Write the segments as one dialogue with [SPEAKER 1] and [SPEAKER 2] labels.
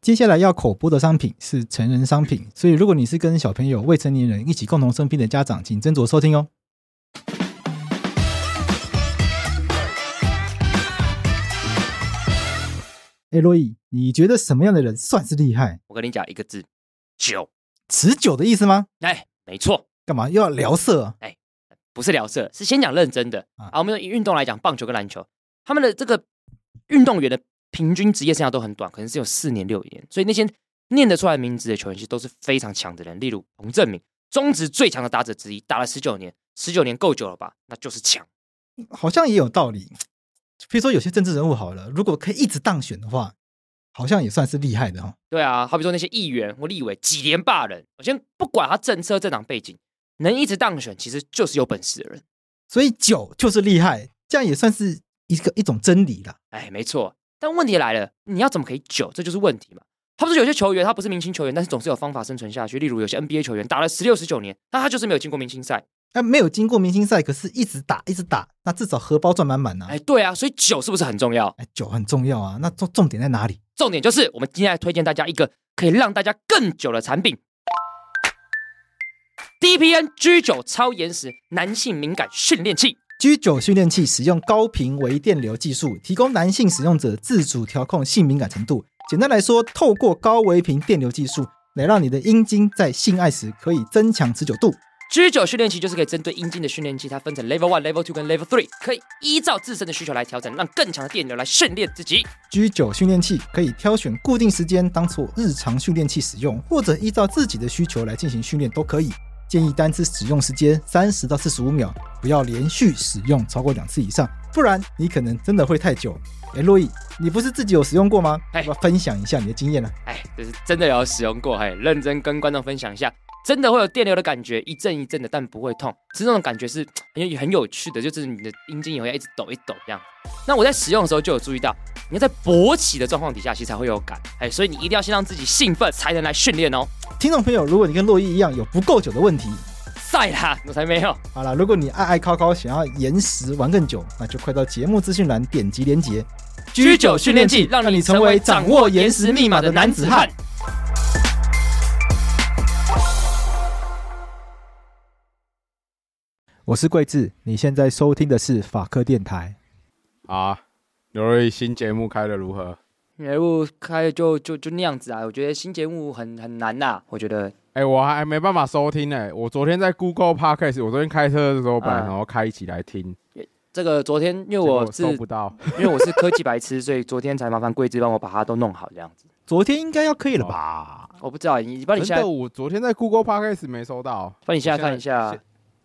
[SPEAKER 1] 接下来要口播的商品是成人商品，所以如果你是跟小朋友、未成年人一起共同生病的家长，请斟酌收听哦。哎，洛伊，你觉得什么样的人算是厉害？
[SPEAKER 2] 我跟你讲一个字，酒。
[SPEAKER 1] 持久的意思吗？
[SPEAKER 2] 哎，没错，
[SPEAKER 1] 干嘛又要聊色啊？
[SPEAKER 2] 不是聊色，是先讲认真的
[SPEAKER 1] 啊
[SPEAKER 2] 啊。我们用运动来讲，棒球跟篮球，他们的这个运动员的平均职业生涯都很短，可能是有四年六年，所以那些念得出来名字的球员，其实都是非常强的人。例如彭正明，中职最强的打者之一，打了十九年，十九年够久了吧？那就是强。
[SPEAKER 1] 好像也有道理。比如说有些政治人物好了，如果可以一直当选的话，好像也算是厉害的哈、哦。
[SPEAKER 2] 对啊，好比说那些议员或立委几连霸人，我先不管他政策政党背景，能一直当选，其实就是有本事的人。
[SPEAKER 1] 所以酒就是厉害，这样也算是一个一种真理啦。
[SPEAKER 2] 哎，没错。但问题来了，你要怎么可以久？这就是问题嘛。他不是有些球员，他不是明星球员，但是总是有方法生存下去。例如有些 NBA 球员打了十六、十九年，那他就是没有进过明星赛。
[SPEAKER 1] 哎，没有经过明星赛，可是一直打一直打，那至少荷包赚满满呐、
[SPEAKER 2] 哎，对啊，所以久是不是很重要？
[SPEAKER 1] 哎，酒很重要啊。那重重点在哪里？
[SPEAKER 2] 重点就是我们今天来推荐大家一个可以让大家更久的产品 ——DPN G 九超延时男性敏感训练器。
[SPEAKER 1] G 九训练器使用高频微电流技术，提供男性使用者自主调控性敏感程度。简单来说，透过高微频电流技术来让你的阴茎在性爱时可以增强持久度。
[SPEAKER 2] G 九训练器就是可以针对阴茎的训练器，它分成 Level One、Level Two 跟 Level Three，可以依照自身的需求来调整，让更强的电流来训练自己。
[SPEAKER 1] G 九训练器可以挑选固定时间当做日常训练器使用，或者依照自己的需求来进行训练都可以。建议单次使用时间三十到四十五秒，不要连续使用超过两次以上，不然你可能真的会太久。哎，洛伊，你不是自己有使用过吗？
[SPEAKER 2] 哎
[SPEAKER 1] 要不要分享一下你的经验呢、
[SPEAKER 2] 哎，这是真的有使用过，哎，认真跟观众分享一下，真的会有电流的感觉，一阵一阵的，但不会痛，是那种感觉是很有很有趣的，就是你的阴茎也会一直抖一抖这样。那我在使用的时候就有注意到，你要在勃起的状况底下，其实才会有感，哎，所以你一定要先让自己兴奋，才能来训练哦。
[SPEAKER 1] 听众朋友，如果你跟洛伊一样有不够久的问题，
[SPEAKER 2] 晒啦，我才没有。
[SPEAKER 1] 好啦，如果你爱爱靠靠想要延时玩更久，那就快到节目资讯栏点击连结。
[SPEAKER 2] G 九训练器让你成为掌握延时密码的男子汉。。
[SPEAKER 1] 我是桂智，你现在收听的是法科电台。
[SPEAKER 3] 好啊，刘瑞新节目开的如何？
[SPEAKER 2] 节目哎开就就就那样子啊，我觉得新节目很很难呐、啊我觉得
[SPEAKER 3] 哎、我还没办法收听呢、我昨天在 Google Podcast，我昨天开车的时候本来
[SPEAKER 2] 嗯
[SPEAKER 3] 想要开一起来听，
[SPEAKER 2] 这个昨天因为
[SPEAKER 3] 结果
[SPEAKER 2] 我是
[SPEAKER 3] 收不到，
[SPEAKER 2] 因为我是科技白痴，所以昨天才麻烦桂枝帮我把它都弄好这样子。
[SPEAKER 1] 昨天应该要可以了吧？
[SPEAKER 3] 吧？
[SPEAKER 2] 我不知道，你帮你
[SPEAKER 3] 哦真
[SPEAKER 2] 现在
[SPEAKER 3] 的，我昨天在 Google Podcast 没收到，
[SPEAKER 2] 帮你现在
[SPEAKER 3] 我现在
[SPEAKER 2] 看一下
[SPEAKER 3] 现，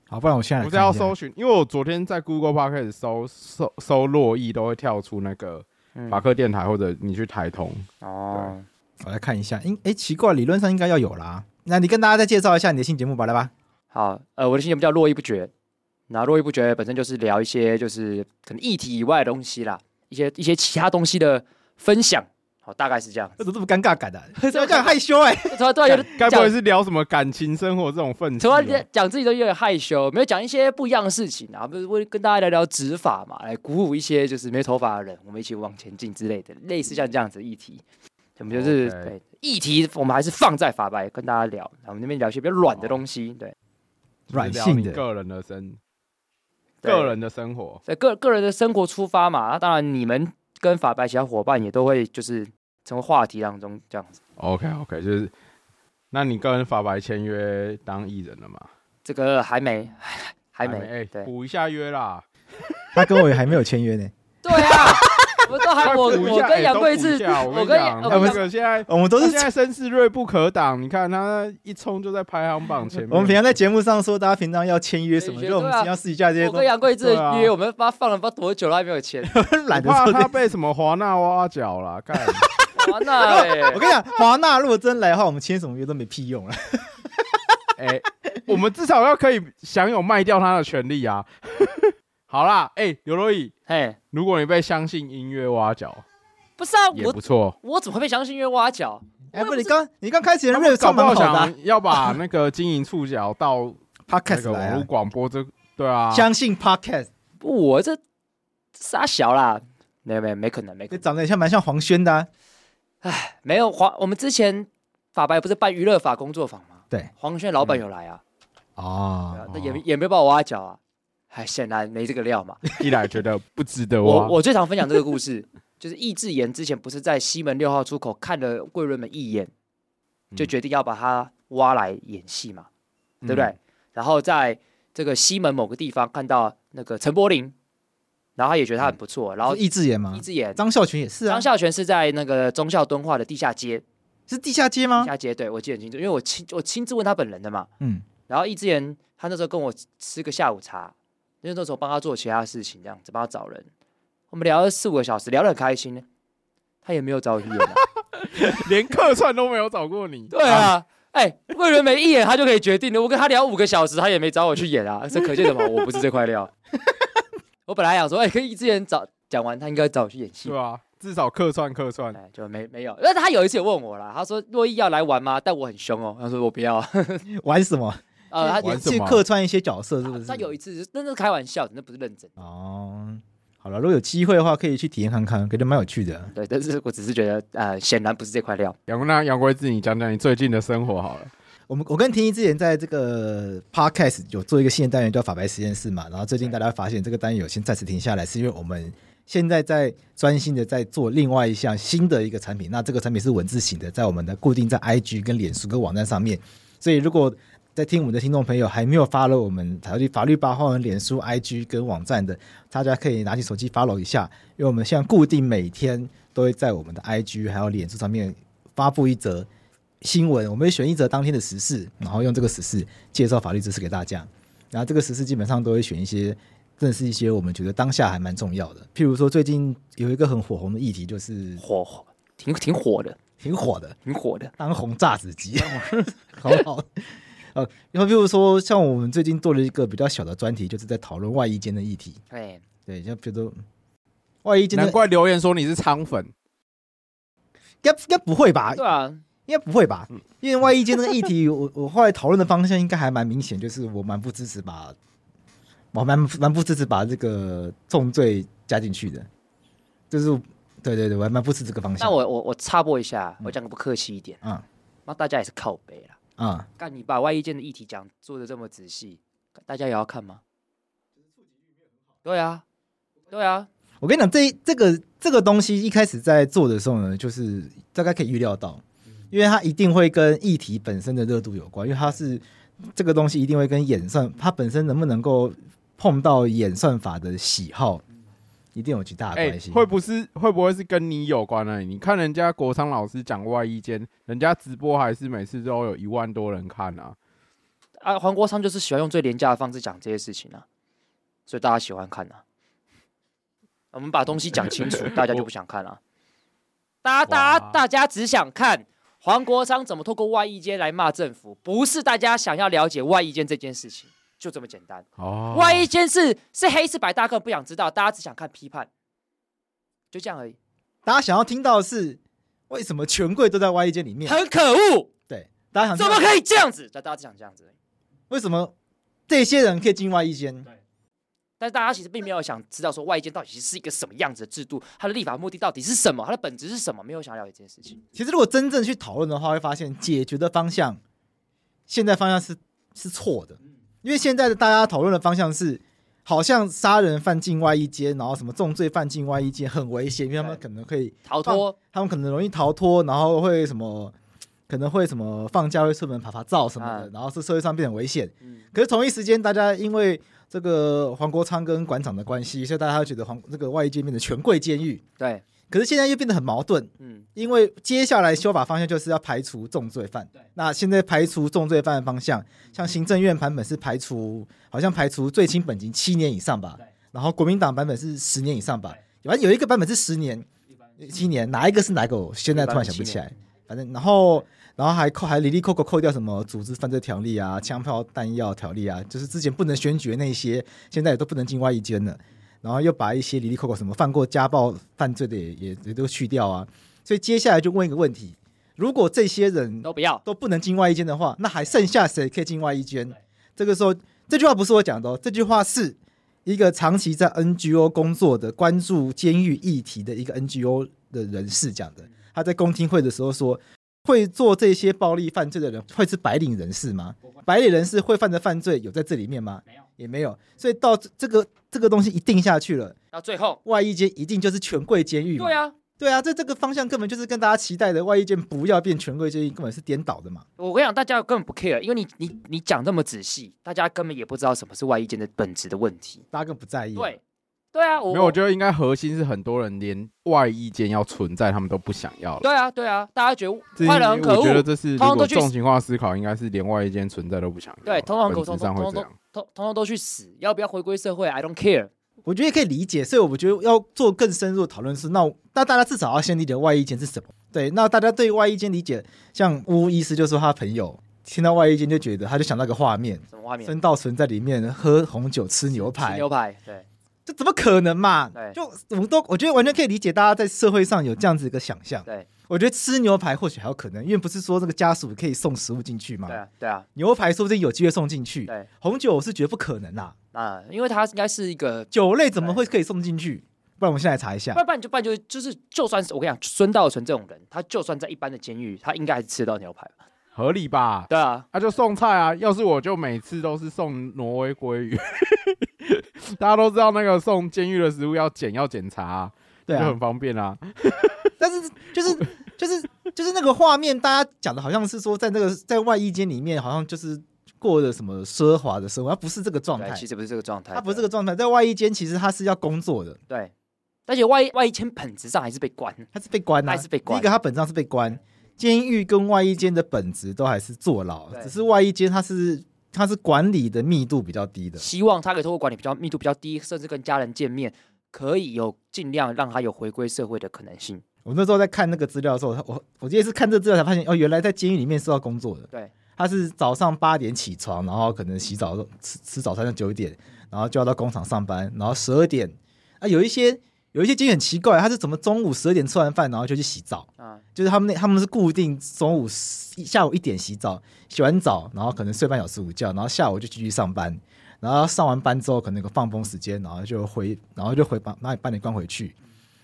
[SPEAKER 1] 好，不然我现在来
[SPEAKER 3] 我是
[SPEAKER 1] 看一
[SPEAKER 3] 要
[SPEAKER 1] 下
[SPEAKER 3] 搜寻，因为我昨天在 Google Podcast 搜搜搜洛邑都会跳出那个
[SPEAKER 2] 嗯
[SPEAKER 3] 法克电台，或者你去台通。
[SPEAKER 2] 哦，
[SPEAKER 1] 我来看一下。应哎、奇怪，理论上应该要有啦。那你跟大家再介绍一下你的新节目吧，来吧。
[SPEAKER 2] 好，呃，我的新节目叫络绎不绝，那络绎不绝本身就是聊一些就是可能议题以外的东西啦，一些一些其他东西的分享，好，大概是这样。
[SPEAKER 1] 这怎么这么尴尬感的、啊？这样这样害羞哎、
[SPEAKER 2] 突然突然有点
[SPEAKER 3] 该
[SPEAKER 2] 讲
[SPEAKER 3] 不，会是聊什么感情生活这种分歧
[SPEAKER 2] 突
[SPEAKER 3] 吧？
[SPEAKER 2] 然间讲自己都有点害羞，没有讲一些不一样的事情啊，不是会跟大家聊聊指法嘛，来鼓舞一些就是没头发的人，我们一起往前进之类的，类似像这样子的议题，我们就是
[SPEAKER 3] OK
[SPEAKER 2] 对议题，我们还是放在法白跟大家聊，然后我们那边聊一些比较软的东西，对。
[SPEAKER 3] 就是
[SPEAKER 1] 软
[SPEAKER 3] 聊
[SPEAKER 1] 性
[SPEAKER 3] 你
[SPEAKER 1] 的
[SPEAKER 3] 个人的生，
[SPEAKER 2] 对
[SPEAKER 3] 个人的生活。
[SPEAKER 2] 在个个人的生活出发嘛，那当然你们跟法白其他伙伴也都会就是成为话题当中这样子。
[SPEAKER 3] OK OK，就是，那你跟法白签约当艺人了吗？
[SPEAKER 2] 这个还没，还没，
[SPEAKER 3] 哎，
[SPEAKER 2] 对，
[SPEAKER 3] 补一下约啦。
[SPEAKER 1] 他跟我也还没有签约呢。
[SPEAKER 2] 对啊， 我都还我
[SPEAKER 3] 补一
[SPEAKER 2] 我
[SPEAKER 3] 下
[SPEAKER 2] 跟
[SPEAKER 3] 哎
[SPEAKER 2] 杨
[SPEAKER 3] 都
[SPEAKER 2] 贵
[SPEAKER 3] 补
[SPEAKER 2] 志
[SPEAKER 3] 一，下我
[SPEAKER 2] 我
[SPEAKER 3] 跟
[SPEAKER 2] 跟呃
[SPEAKER 3] 你讲，哎
[SPEAKER 2] 我
[SPEAKER 3] 他
[SPEAKER 2] 跟
[SPEAKER 3] 们这个现在
[SPEAKER 1] 我们都
[SPEAKER 3] 他
[SPEAKER 1] 是
[SPEAKER 3] 现在声势锐不可挡，你看他一冲就在排行榜前面。
[SPEAKER 1] 我们平常在节目上说，大家平常要签约什么，
[SPEAKER 2] 对
[SPEAKER 1] 就我们平常私底下这些
[SPEAKER 2] 我
[SPEAKER 1] 都
[SPEAKER 2] 跟杨贵志
[SPEAKER 3] 对啊
[SPEAKER 2] 约，我们发放了不知道多久了，还没有签。
[SPEAKER 1] 懒得
[SPEAKER 3] 我
[SPEAKER 1] 说
[SPEAKER 3] 怕
[SPEAKER 1] 这
[SPEAKER 3] 他
[SPEAKER 1] 些。
[SPEAKER 3] 被什么华纳挖角了，干
[SPEAKER 2] 哇，那欸
[SPEAKER 1] 我跟你讲，华纳如果真来的话，我们签什么约都没屁用了。
[SPEAKER 3] 哎、我们至少要可以享有卖掉他的权利啊！ 好啦，哎、刘若乙，
[SPEAKER 2] 嘿，
[SPEAKER 3] 如果你被相信音乐挖角，
[SPEAKER 2] 不是啊，
[SPEAKER 3] 也
[SPEAKER 2] 我
[SPEAKER 3] 不错。
[SPEAKER 2] 我怎么会被相信约挖角？
[SPEAKER 1] 哎，
[SPEAKER 2] 我也
[SPEAKER 1] 不，
[SPEAKER 2] 不
[SPEAKER 1] 你
[SPEAKER 2] 知
[SPEAKER 1] 刚你刚开始的
[SPEAKER 3] 他
[SPEAKER 1] rap
[SPEAKER 3] 们搞
[SPEAKER 1] 唱
[SPEAKER 3] 不
[SPEAKER 1] 蛮
[SPEAKER 3] 好
[SPEAKER 1] 好的啊
[SPEAKER 3] 想要把那个经营触角到那
[SPEAKER 1] ，podcast
[SPEAKER 3] 个
[SPEAKER 1] 来
[SPEAKER 3] 网络
[SPEAKER 1] 啊，
[SPEAKER 3] 广播这，对啊，
[SPEAKER 1] 相信 podcast，
[SPEAKER 2] 我这傻小啦，没有没有没可能没可
[SPEAKER 1] 你
[SPEAKER 2] 能，
[SPEAKER 1] 长得也像蛮像黄轩的啊。
[SPEAKER 2] 没有黄。我们之前法白不是办娱乐法工作坊吗？
[SPEAKER 1] 对，嗯
[SPEAKER 2] 黄轩老板有来啊，对啊
[SPEAKER 1] 哦
[SPEAKER 2] 那也没也没把我挖角啊，还显然没这个料嘛。
[SPEAKER 3] 一来觉得不值得啊挖
[SPEAKER 1] 啊
[SPEAKER 2] 我，我最常分享这个故事，就是易智言之前不是在西门六号出口看了桂纶镁一眼，就
[SPEAKER 3] 嗯
[SPEAKER 2] 决定要把他挖来演戏嘛，对不对？
[SPEAKER 3] 嗯
[SPEAKER 2] 然后在这个西门某个地方看到那个陈柏霖，然后他也觉得他很不错，然后
[SPEAKER 1] 嗯是易智言吗
[SPEAKER 2] 易？智言。
[SPEAKER 1] 张孝全也是啊
[SPEAKER 2] 张，孝全是在那个忠孝敦化的地下街，
[SPEAKER 1] 是地下街
[SPEAKER 2] 地
[SPEAKER 1] 吗？
[SPEAKER 2] 下街对我记得很清楚，因为我亲我亲自问他本人的嘛。
[SPEAKER 1] 嗯，
[SPEAKER 2] 然后易智言他那时候跟我吃个下午茶，因为那时候帮他做其他事情，这样子帮他找人，我们聊了四五个小时，聊得很开心呢。他也没有找我去演、啊，
[SPEAKER 3] 连客串都没有找过 你。
[SPEAKER 2] 对啊，哎、魏仁美一演他就可以决定了，我跟他聊五个小时，他也没找我去 演啊，这可见什么？我不是这块料。 我本来想说，哎、跟易智言找讲完，他应该找我去演戏
[SPEAKER 3] 对啊，至少客串客串。
[SPEAKER 2] 哎，就没没有。但是他有一次也问我啦，他说洛伊要来玩吗？但我很凶哦，他说我不要。
[SPEAKER 1] 玩什么？
[SPEAKER 2] 呃，他
[SPEAKER 3] 玩什
[SPEAKER 1] 去
[SPEAKER 3] 么啊
[SPEAKER 1] 客串一些角色，是不
[SPEAKER 2] 他
[SPEAKER 1] 是？
[SPEAKER 2] 他有一次是那是开玩笑的，那不是认真。
[SPEAKER 1] 哦，好了，如果有机会的话，可以去体验看看，感觉蛮有趣的。
[SPEAKER 2] 对，但是我只是觉得，呃，显然不是这块料。
[SPEAKER 3] 杨贵那杨贵志，你讲讲你最近的生活好了。
[SPEAKER 1] 我们我跟婷宜之前在这个 podcast 有做一个新的单元叫法白实验室嘛，然后最近大家发现这个单元有先暂时停下来，是因为我们现在在专心的在做另外一项新的一个产品，那这个产品是文字型的，在我们的固定在 IG 跟脸书跟网站上面，所以如果在听我们的听众朋友还没有 follow 我们法律法律八号的脸书、IG 跟网站的，大家可以拿起手机 follow 一下，因为我们现在固定每天都会在我们的 IG 还有脸书上面发布一则新闻，我们会选一则当天的时事，然后用这个时事介绍法律知识给大家。然后这个时事基本上都会选一些，正是一些我们觉得当下还蛮重要的。譬如说，最近有一个很火红的议题，就是
[SPEAKER 2] 火火，挺挺火的，
[SPEAKER 1] 挺火的
[SPEAKER 2] 挺火的。
[SPEAKER 1] 当红炸子鸡， 好不好？呃，然后譬如说，像我们最近做了一个比较小的专题，就是在讨论外衣间的议题。
[SPEAKER 2] 哎，
[SPEAKER 1] 对，像比如说外衣间的，
[SPEAKER 3] 难
[SPEAKER 1] 应
[SPEAKER 3] 怪留言说你是仓粉，
[SPEAKER 1] 该应该不会吧？
[SPEAKER 2] 对啊，
[SPEAKER 1] 应该不会吧？因为外衣间这个议题，我我后来讨论的方向应该还蛮明显，就是我蛮不支持把，我蛮蛮不支持把这个重罪加进去的，就是对对对，我还蛮不支持这个方向。
[SPEAKER 2] 那我我我插播一下，我讲个不客气一点，
[SPEAKER 1] 嗯
[SPEAKER 2] 那大家也是靠背啦。
[SPEAKER 1] 啊、
[SPEAKER 2] 干，你把外衣间的议题讲做的这么仔细，大家也要看吗？对啊，对啊，
[SPEAKER 1] 我跟你讲，这这个这个东西一开始在做的时候呢，就是大概可以预料到，因为它一定会跟议题本身的热度有关，因为它是这个东西一定会跟演算它本身能不能够碰到演算法的喜好，一定有极大的
[SPEAKER 3] 哎、
[SPEAKER 1] 关系。
[SPEAKER 3] 会不是会不会是跟你有关呢、你看人家国昌老师讲外衣间，人家直播还是每次都有一万多人看啊。
[SPEAKER 2] 啊，黄国昌就是喜欢用最廉价的方式讲这些事情啊，所以大家喜欢看啊。我们把东西讲清楚，大家就不想 看了、啊大家，大家，
[SPEAKER 3] 哇
[SPEAKER 2] 大家只想看黄国昌怎么透过外衣间来骂政府，不是大家想要了解外衣间这件事情，就这么简单。
[SPEAKER 3] 哦，
[SPEAKER 2] 外衣间是是黑是白，大家根本不想知道，大家只想看批判，就这样而已。
[SPEAKER 1] 大家想要听到的是为什么权贵都在 Y 间里面？啊
[SPEAKER 2] 很可恶，
[SPEAKER 1] 对，大家想
[SPEAKER 2] 怎
[SPEAKER 1] 听
[SPEAKER 2] 么
[SPEAKER 1] 到
[SPEAKER 2] 可以这样子？大家只想这样子而已，
[SPEAKER 1] 为什么这些人可以进 Y 间？
[SPEAKER 2] 但是大家其实并没有想知道说外间到底是一个什么样子的制度，它的立法目的到底是什么，它的本质是什么，没有想要了解这件事情。
[SPEAKER 1] 其实如果真正去讨论的话，会发现解决的方向，现在方向是是错的，因为现在的大家讨论的方向是。好像杀人犯进外衣间，然后什么重罪犯进外衣间很危险，因为他们
[SPEAKER 2] 对
[SPEAKER 1] 可能可以，
[SPEAKER 2] 逃脱，
[SPEAKER 1] 他们可能容易逃脱，然后会什么，可能会什么放假会出门爬爬照什么的，
[SPEAKER 2] 嗯
[SPEAKER 1] 然后是社会上变得很危险。
[SPEAKER 2] 嗯，
[SPEAKER 1] 可是同一时间，大家因为这个黄国昌跟馆长的关系，所以大家会觉得黄这个外衣界面的权贵监狱。
[SPEAKER 2] 对，
[SPEAKER 1] 可是现在又变得很矛盾，
[SPEAKER 2] 嗯，
[SPEAKER 1] 因为接下来修法方向就是要排除重罪犯。那现在排除重罪犯的方向，像行政院版本是排除，好像排除最轻本刑七年以上吧
[SPEAKER 2] 对，
[SPEAKER 1] 然后国民党版本是十年以上吧，反正有一个版本是十年、七年，哪一个是哪一个？我现在突然想不起来。反正然后然后还扣还里里扣扣扣掉什么组织犯罪条例啊、枪炮弹药条例啊，就是之前不能选举的那些，现在也都不能进外衣间了。然后又把一些里里扣扣什么犯过家暴犯罪的也也也都去掉啊。所以接下来就问一个问题：如果这些人
[SPEAKER 2] 都不要，
[SPEAKER 1] 都不能进外衣间的话，那还剩下谁可以进外衣间？这个时候，这句话不是我讲的哦，这句话是一个长期在 NGO 工作的、关注监狱议题的一个 NGO 的人士讲的。他在公听会的时候说，会做这些暴力犯罪的人会是白领人士吗？白领人士会犯的犯罪有在这里面吗？没有，也没有。所以到这这个这个东西一定下去了，
[SPEAKER 2] 到最后，
[SPEAKER 1] 外衣间一定就是权贵监狱嘛。
[SPEAKER 2] 对啊，
[SPEAKER 1] 对啊，这这个方向根本就是跟大家期待的外衣间不要变权贵监狱，根本是颠倒的嘛。
[SPEAKER 2] 我跟你讲，大家根本不 care，因为你你你讲这么仔细，大家根本也不知道什么是外衣间的本质的问题。
[SPEAKER 1] 大家更不在意。，
[SPEAKER 2] 对，对啊，我
[SPEAKER 3] 没有，我觉得应该核心是很多人连外衣间要存在，他们都不想要了。
[SPEAKER 2] 对啊，对啊，大家觉
[SPEAKER 3] 这
[SPEAKER 2] 得坏人很可
[SPEAKER 3] 我觉得
[SPEAKER 2] 恶，
[SPEAKER 3] 这是
[SPEAKER 2] 通通
[SPEAKER 3] 如
[SPEAKER 2] 都
[SPEAKER 3] 果
[SPEAKER 2] 去
[SPEAKER 3] 纵情化思考，应该是连外衣间存在都不想要。
[SPEAKER 2] 对通常
[SPEAKER 3] 本
[SPEAKER 2] 口
[SPEAKER 3] 质
[SPEAKER 2] 通
[SPEAKER 3] 上
[SPEAKER 2] 通
[SPEAKER 3] 会这
[SPEAKER 2] 通
[SPEAKER 3] 样。
[SPEAKER 2] 通通通都去死，要不要回归社会？I don't care。
[SPEAKER 1] 我觉得也可以理解，所以我觉得要做更深入的讨论是，那那大家至少要先理解外衣间是什么。对，那大家对外衣间理解，像巫医师就说他朋友听到外衣间就觉得，他就想到一个画面，
[SPEAKER 2] 什么画面？
[SPEAKER 1] 孙道存在里面喝红酒吃牛
[SPEAKER 2] 吃
[SPEAKER 1] 排，
[SPEAKER 2] 牛排，对，
[SPEAKER 1] 这怎么可能嘛
[SPEAKER 2] 对？
[SPEAKER 1] 就我们都我觉得完全可以理解，大家在社会上有这样子一个想象。
[SPEAKER 2] 对，
[SPEAKER 1] 我觉得吃牛排或许还有可能，因为不是说这个家属可以送食物进去嘛
[SPEAKER 2] 对，啊，对啊，
[SPEAKER 1] 牛排说不定有机会送进去，
[SPEAKER 2] 对。
[SPEAKER 1] 红酒我是觉得不可能啊啦、
[SPEAKER 2] 那因为它应该是一个，
[SPEAKER 1] 酒类怎么会可以送进去？不然我们现在来查一下
[SPEAKER 2] 不。然不然就不然就就是，就算是我跟你讲，孙道存这种人，他就算在一般的监狱，他应该还是吃得到牛排吧？
[SPEAKER 3] 合理吧？
[SPEAKER 2] 对啊，
[SPEAKER 3] 那、就送菜啊！要是我就每次都是送挪威鲑鱼， 大家都知道那个送监狱的食物要检要检查啊、
[SPEAKER 1] 对
[SPEAKER 3] 就
[SPEAKER 1] 啊
[SPEAKER 3] 很，方便啊。
[SPEAKER 1] 但是就是就是就是那个画面，大家讲的好像是说，在那个在外衣间里面，好像就是过着什么奢华的生活，它不是这个状
[SPEAKER 2] 对，
[SPEAKER 1] 态
[SPEAKER 2] 其，实不是这个状态，
[SPEAKER 1] 它不是这个状态。在外衣间，其实他是要工作的，
[SPEAKER 2] 对。而且外外签本质上还是被关，
[SPEAKER 1] 他是被关啊，
[SPEAKER 2] 他是被关
[SPEAKER 1] 第一个，他本质上是被关，监狱跟外衣间的本质都还是坐牢，
[SPEAKER 2] 对
[SPEAKER 1] 只是外衣间它是它是管理的密度比较低的。
[SPEAKER 2] 希望他可以透过管理比较密度比较低，甚至跟家人见面，可以有尽量让他有回归社会的可能性。
[SPEAKER 1] 我那时候在看那个资料的时候，我我今天是看这资料才发现，哦，原来在监狱里面是要工作的。
[SPEAKER 2] 对，
[SPEAKER 1] 他是早上八点起床，然后可能洗澡吃吃早餐到九点，然后就要到工厂上班，然后十二点啊，有一些有一些监狱很奇怪，他是怎么中午十二点吃完饭，然后就去洗澡，
[SPEAKER 2] 啊，
[SPEAKER 1] 就是他们那他们是固定中午10下午一点洗澡，洗完澡然后可能睡半小时午觉，然后下午就继续上班，然后上完班之后可能有个放风时间，然后就回然后就回把把你把你关回去，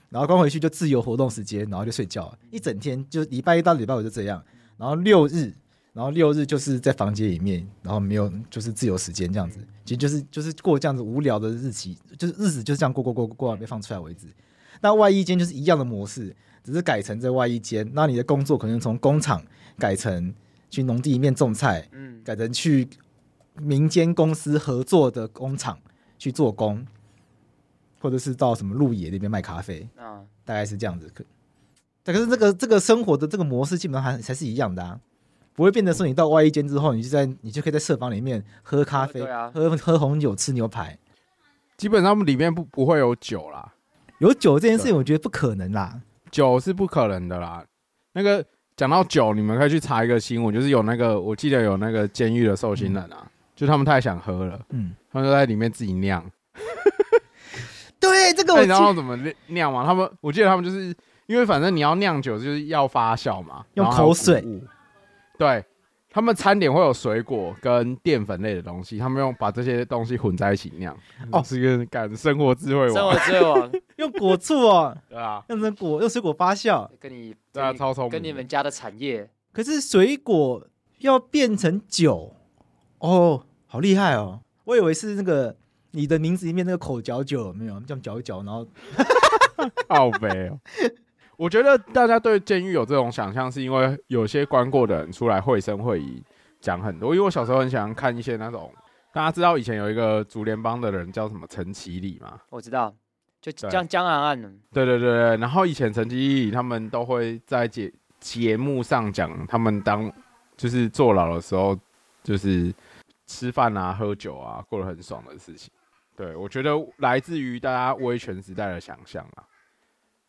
[SPEAKER 1] 然后关回去就自由活动时间，然后就睡觉，一整天就礼拜一到礼拜五就这样，然后六日。然后六日就是在房间里面，然后没有就是自由时间这样子，其实就是就是过这样子无聊的日期，就是日子就是这样过过过过过到被放出来为止。那外衣间就是一样的模式，只是改成在外衣间。那你的工作可能从工厂改成去农地里面种菜，
[SPEAKER 2] 嗯，
[SPEAKER 1] 改成去民间公司合作的工厂去做工，或者是到什么鹿野那边卖咖啡，
[SPEAKER 2] 啊，
[SPEAKER 1] 大概是这样子。可，但可是这个这个生活的这个模式基本上还还是一样的啊，不会变得说你到外衣间之后，你就在你就可以在社房里面喝咖啡、
[SPEAKER 2] 对啊
[SPEAKER 1] 喝喝红酒、吃牛排。
[SPEAKER 3] 基本上里面不不会有酒啦，
[SPEAKER 1] 有酒这件事情，我觉得不可能啦。
[SPEAKER 3] 酒是不可能的啦。那个讲到酒，你们可以去查一个新闻，就是有那个我记得有那个监狱的受刑人啊，就他们太想喝了，
[SPEAKER 1] 嗯，
[SPEAKER 3] 他们就在里面自己酿。
[SPEAKER 1] 对，这个
[SPEAKER 3] 那
[SPEAKER 1] 我
[SPEAKER 3] 你知道他
[SPEAKER 1] 记
[SPEAKER 3] 们怎么酿吗？他们我记得他们就是因为反正你要酿酒就是要发酵嘛，
[SPEAKER 1] 用
[SPEAKER 3] 然后还有
[SPEAKER 1] 口水
[SPEAKER 3] 谷物。对，他们餐点会有水果跟淀粉类的东西，他们用把这些东西混在一起酿。
[SPEAKER 1] 哦
[SPEAKER 3] 是一个感生活智慧
[SPEAKER 2] 生
[SPEAKER 3] 王
[SPEAKER 2] 活，之为王，
[SPEAKER 1] 用果醋哦。
[SPEAKER 3] 对啊，
[SPEAKER 1] 用成果用水果发酵，
[SPEAKER 2] 跟你
[SPEAKER 3] 对啊，
[SPEAKER 2] 跟你
[SPEAKER 3] 超聪明。
[SPEAKER 2] 跟你们家的产业，
[SPEAKER 1] 可是水果要变成酒，哦，好厉害哦！我以为是那个你的名字里面那个口嚼酒有没有？这样嚼一嚼，然后
[SPEAKER 3] 好悲哦。我觉得大家对监狱有这种想象，是因为有些关过的人出来绘声绘影讲很多。因为我小时候很喜欢看一些那种大家知道以前有一个竹联帮的人叫什么陈其礼吗？
[SPEAKER 2] 我知道，就
[SPEAKER 3] 对
[SPEAKER 2] 江江岸岸，
[SPEAKER 3] 对对对对，然后以前陈其礼他们都会在节节目上讲他们当就是坐牢的时候，就是吃饭啊、喝酒啊，过得很爽的事情。对我觉得来自于大家威权时代的想象啊，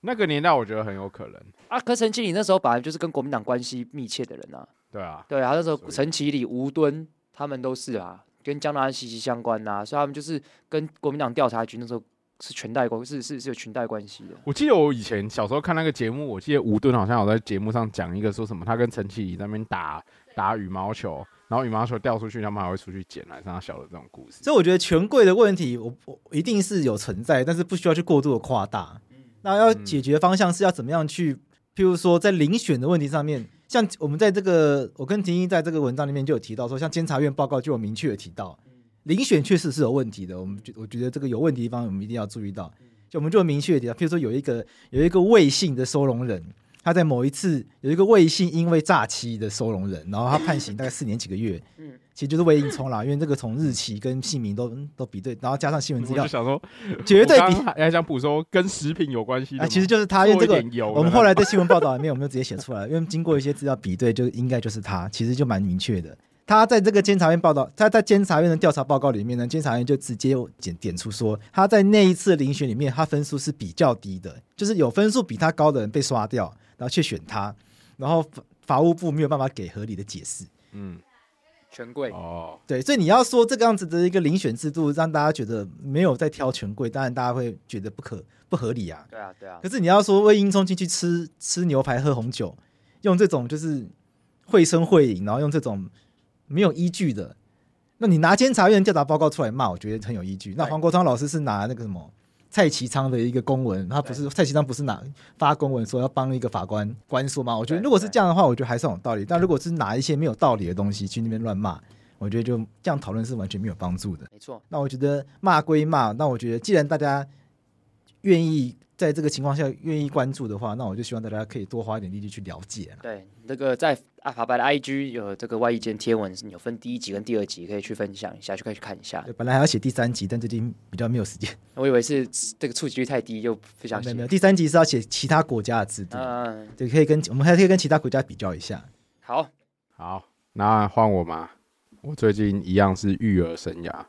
[SPEAKER 3] 那个年代我觉得很有可能。
[SPEAKER 2] 啊，可陈其礼那时候本来就是跟国民党关系密切的人啊，
[SPEAKER 3] 对啊，
[SPEAKER 2] 对啊，那时候
[SPEAKER 3] 所以
[SPEAKER 2] 陈其礼、吴敦他们都是啊，跟江南息息相关呐、所以他们就是跟国民党调查局那时候是裙带关，是是是有裙带关系的。
[SPEAKER 3] 我记得我以前小时候看那个节目，我记得吴敦好像有在节目上讲一个说什么，他跟陈启礼在那边打打羽毛球，然后羽毛球掉出去，他们还会出去捡来，让他小的这种故事。
[SPEAKER 1] 所以我觉得权贵的问题，我我一定是有存在，但是不需要去过度的夸大。那要解决方向是要怎么样去？譬如说在遴选的问题上面，像我们在这个我跟婷一在这个文章里面就有提到说，像监察院报告就有明确的提到，遴选确实是有问题的。我们觉我觉得这个有问题的地方，我们一定要注意到。就我们就有明确的提到，譬如说有一个有一个魏姓的收容人，他在某一次有一个魏姓因为诈欺的收容人，然后他判刑大概四年几个月。
[SPEAKER 2] 嗯
[SPEAKER 1] 其实就是魏应聪啦，因为这个从日期跟姓名都都比对，然后加上新闻资
[SPEAKER 3] 我
[SPEAKER 1] 料
[SPEAKER 3] 就，想说，
[SPEAKER 1] 绝对
[SPEAKER 3] 我
[SPEAKER 1] 比
[SPEAKER 3] 刚还还想补说跟食品有关系的
[SPEAKER 1] 啊，
[SPEAKER 3] 吗，
[SPEAKER 1] 其实就是他，因为这
[SPEAKER 3] 做一
[SPEAKER 1] 个
[SPEAKER 3] 点油的
[SPEAKER 1] 我们后来在新闻报道里面，我们就直接写出来，因为经过一些资料比对，就应该就是他，其实就蛮明确的。他在这个监察院报道，他在监察院的调查报告里面呢，监察院就直接点点出说，他在那一次遴选里面，他分数是比较低的，就是有分数比他高的人被刷掉，然后却选他，然后法法务部没有办法给合理的解释。
[SPEAKER 3] 嗯，
[SPEAKER 2] 权贵
[SPEAKER 3] 哦，
[SPEAKER 1] 对，所以你要说这个样子的一个遴选制度，让大家觉得没有在挑权贵，当然大家会觉得不可不合理啊。
[SPEAKER 2] 对啊，对啊
[SPEAKER 1] 可，是你要说魏英冲进去吃吃牛排喝红酒，用这种就是绘声绘影，然后用这种没有依据的，那你拿监察院调查报告出来骂，我觉得很有依据。那
[SPEAKER 2] 对
[SPEAKER 1] 黄国昌老师是拿那个什么蔡其昌的一个公文，他不是蔡其昌不是拿发公文说要帮一个法官官说吗？我觉得
[SPEAKER 2] 对
[SPEAKER 1] 如果是
[SPEAKER 2] 对
[SPEAKER 1] 这样的话，我觉得还算有道理。但如果是拿一些没有道理的东西去那边乱骂，我觉得就这样讨论是完全没有帮助的。
[SPEAKER 2] 没错，
[SPEAKER 1] 那我觉得骂归骂，那我觉得既然大家愿意在这个情况下愿意关注的话，那我就希望大家可以多花一点力气去了解啦。
[SPEAKER 2] 对，那个在阿法白的 IG 有这个外衣间贴文，有分第一集跟第二集，可以去分享一下，就可以去看一下
[SPEAKER 1] 对。本来还要写第三集，但最近比较没有时间。
[SPEAKER 2] 我以为是这个触及率太低，又不想
[SPEAKER 1] 没有没有，
[SPEAKER 2] 写。
[SPEAKER 1] 第三集是要写其他国家的制度，
[SPEAKER 2] 嗯，
[SPEAKER 1] 对，可以跟我们还可以跟其他国家比较一下。
[SPEAKER 2] 好，
[SPEAKER 3] 好，那换我嘛。我最近一样是育儿生涯。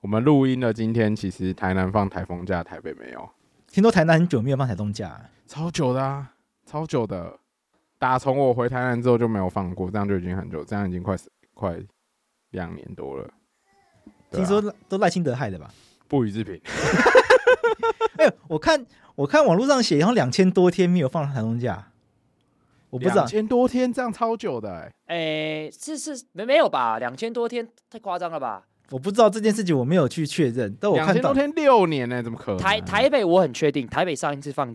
[SPEAKER 3] 我们录音的今天，其实台南放台风假，台北没有，
[SPEAKER 1] 听说台南很久没有放台东假，
[SPEAKER 3] 超久的啊，超久的。打从我回台南之后就没有放过，这样就已经很久，这样已经快快两年多了。对
[SPEAKER 1] 听
[SPEAKER 3] 啊
[SPEAKER 1] 说都赖清德害的吧？
[SPEAKER 3] 不予置评，
[SPEAKER 1] 哎呦，我看我看网络上写，好像两千多天没有放台东假，我
[SPEAKER 3] 我
[SPEAKER 1] 不知道。
[SPEAKER 3] 千多天这样超久的、欸，
[SPEAKER 2] 诶，是是没没有吧？两千多天太夸张了吧？
[SPEAKER 1] 我不知道这件事情，我没有去确认，但我
[SPEAKER 3] 两
[SPEAKER 1] 看
[SPEAKER 3] 千
[SPEAKER 1] 到
[SPEAKER 3] 多天六年呢、欸怎么可能？
[SPEAKER 2] 台台北我很确定，台北上一次放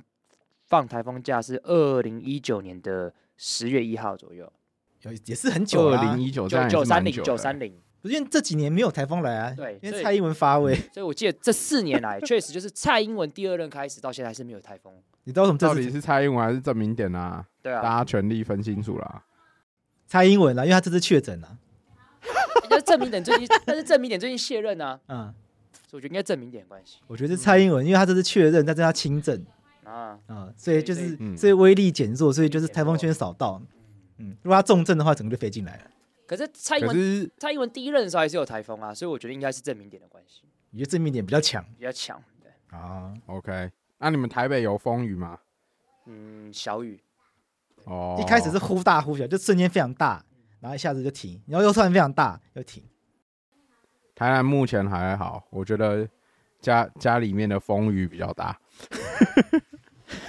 [SPEAKER 2] 放台风假是二零一九年的十月一号左右，
[SPEAKER 1] 有也是很久
[SPEAKER 3] 九
[SPEAKER 1] 了、啊
[SPEAKER 3] 零一九
[SPEAKER 2] 九九三零
[SPEAKER 3] 欸
[SPEAKER 2] 九三零。
[SPEAKER 1] 不是因为这几年没有台风来啊，
[SPEAKER 2] 对
[SPEAKER 1] 因
[SPEAKER 2] 所
[SPEAKER 1] 为
[SPEAKER 2] 以
[SPEAKER 1] 蔡英文发威，
[SPEAKER 2] 所以我记得这四年来，确实就是蔡英文第二任开始到现在还是没有台风。
[SPEAKER 1] 你知道为什么
[SPEAKER 3] 到
[SPEAKER 1] 这
[SPEAKER 3] 底
[SPEAKER 1] 次
[SPEAKER 3] 是蔡英文还是郑明典啊？
[SPEAKER 2] 对
[SPEAKER 3] 大
[SPEAKER 2] 啊，
[SPEAKER 3] 家全力分清楚啦。
[SPEAKER 1] 蔡英文啦？因为他这次确诊啊了，
[SPEAKER 2] 但是郑明典最近，但是郑明典最近卸任啊，
[SPEAKER 1] 嗯，
[SPEAKER 2] 所以我觉得应该郑明典有关系
[SPEAKER 1] 我觉得是蔡英文，因为他这次确认，但是他轻症
[SPEAKER 2] 啊。
[SPEAKER 1] 啊、所以就是
[SPEAKER 3] 嗯
[SPEAKER 1] 所以威力减弱，所以就是台风圈扫到，嗯，如果他重症的话，整个就飞进来了。
[SPEAKER 2] 可是蔡英
[SPEAKER 3] 可
[SPEAKER 2] 文
[SPEAKER 3] 是
[SPEAKER 2] 蔡英文第一任的时候还是有台风啊，所以我觉得应该是郑明典的关系
[SPEAKER 1] 你觉得正面点比较强
[SPEAKER 2] 比较强。对，
[SPEAKER 1] 啊？
[SPEAKER 3] OK，那你们台北有风雨吗？
[SPEAKER 2] 嗯，小雨
[SPEAKER 3] 哦，
[SPEAKER 1] 一开始是忽大忽小，就瞬间非常大，然后一下子就停，然后又突然非常大又停。
[SPEAKER 3] 台南目前还好，我觉得家家里面的风雨比较大，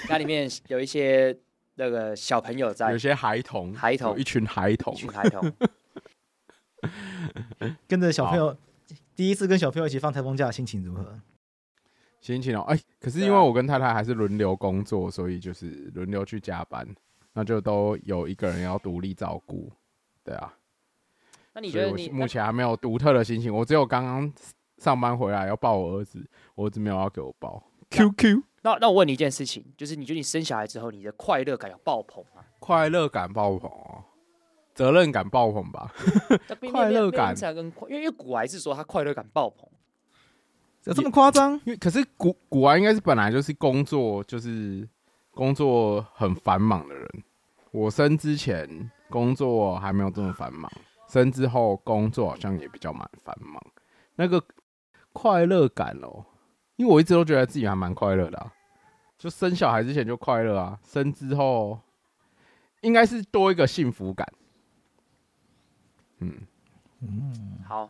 [SPEAKER 2] 家里面有一些那个小朋友在
[SPEAKER 3] 有，些孩童，
[SPEAKER 2] 孩童
[SPEAKER 3] 有一群孩童
[SPEAKER 2] 一，群孩 童。
[SPEAKER 1] 跟着小朋
[SPEAKER 3] 哦
[SPEAKER 1] 友第一次跟小朋友一起放台风假，心情如何？
[SPEAKER 3] 心情哦，哎、可是因
[SPEAKER 2] 对
[SPEAKER 3] 为
[SPEAKER 2] 啊
[SPEAKER 3] 我跟太太还是轮流工作，所以就是轮流去加班，那就都有一个人要独立照顾，对啊，
[SPEAKER 2] 那你
[SPEAKER 3] 所
[SPEAKER 2] 觉得
[SPEAKER 3] 以我
[SPEAKER 2] 你
[SPEAKER 3] 目前还没有独特的心情，我只有刚刚上班回来要抱我儿子，我儿子没有要给我抱，QQ
[SPEAKER 2] 那那我问你一件事 情，就是你觉得你生小孩之后，你的快乐感有爆棚吗？
[SPEAKER 3] 快乐感爆棚哦，责任感爆棚吧？快乐感
[SPEAKER 2] 才跟快因为因为古癌是说他快乐感爆棚，
[SPEAKER 1] 有这么夸张？
[SPEAKER 3] 因为可是古古玩应该是本来就是工作就是工作很繁忙的人，我升之前工作还没有这么繁忙，升之后工作好像也比较蛮繁忙。那个快乐感哦，因为我一直都觉得自己还蛮快乐的、啊，就生小孩之前就快乐啊，生之后应该是多一个幸福感，嗯，
[SPEAKER 2] 好，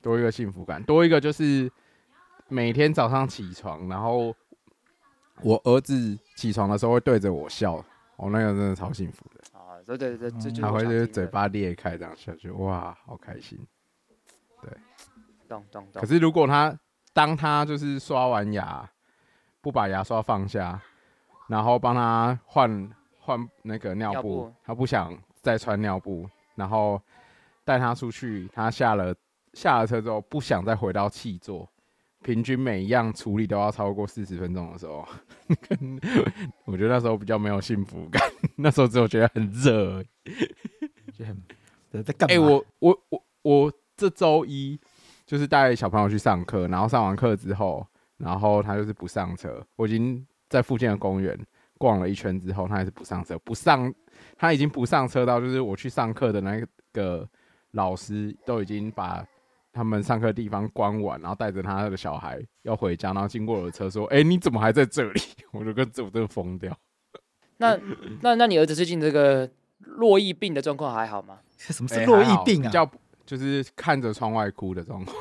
[SPEAKER 3] 多一个幸福感，多一个就是每天早上起床，然后我儿子起床的时候会对着我笑，哦，那个真的超幸福的，
[SPEAKER 2] 啊，对对对，这
[SPEAKER 1] 嗯
[SPEAKER 2] 就是
[SPEAKER 3] 他
[SPEAKER 2] 我
[SPEAKER 3] 会
[SPEAKER 2] 想
[SPEAKER 3] 就
[SPEAKER 2] 听
[SPEAKER 3] 是
[SPEAKER 2] 的
[SPEAKER 3] 嘴，巴裂开这样下去，哇，好开心。
[SPEAKER 2] 懂懂懂
[SPEAKER 3] 可。是如果他当他就是刷完牙，不把牙刷放下，然后帮他换换那个尿布，
[SPEAKER 2] 尿布
[SPEAKER 3] 他不想再穿尿布，然后带他出去，他下了下了车之后不想再回到气座，平均每一样处理都要超过四十分钟的时候， 我觉得那时候比较没有幸福感，那时候只有觉得很热而已。
[SPEAKER 1] 在干嘛？
[SPEAKER 3] 哎、我我我我这周一就是带小朋友去上课，然后上完课之后，然后他就是不上车。我已经在附近的公园逛了一圈之后，他还是不上车，不上，他已经不上车到就是我去上课的那个老师都已经把他们上课地方关完，然后带着他的小孩要回家，然后经过我的车说：“哎、你怎么还在这里？” 我就跟这我真的疯掉。
[SPEAKER 2] 那那那你儿子最近这个络绎病的状况还好吗？
[SPEAKER 1] 什么
[SPEAKER 3] 哎
[SPEAKER 1] 是络
[SPEAKER 3] 还好
[SPEAKER 1] 绎病
[SPEAKER 3] 比
[SPEAKER 1] 啊？
[SPEAKER 3] 较就是看着窗外哭的状况。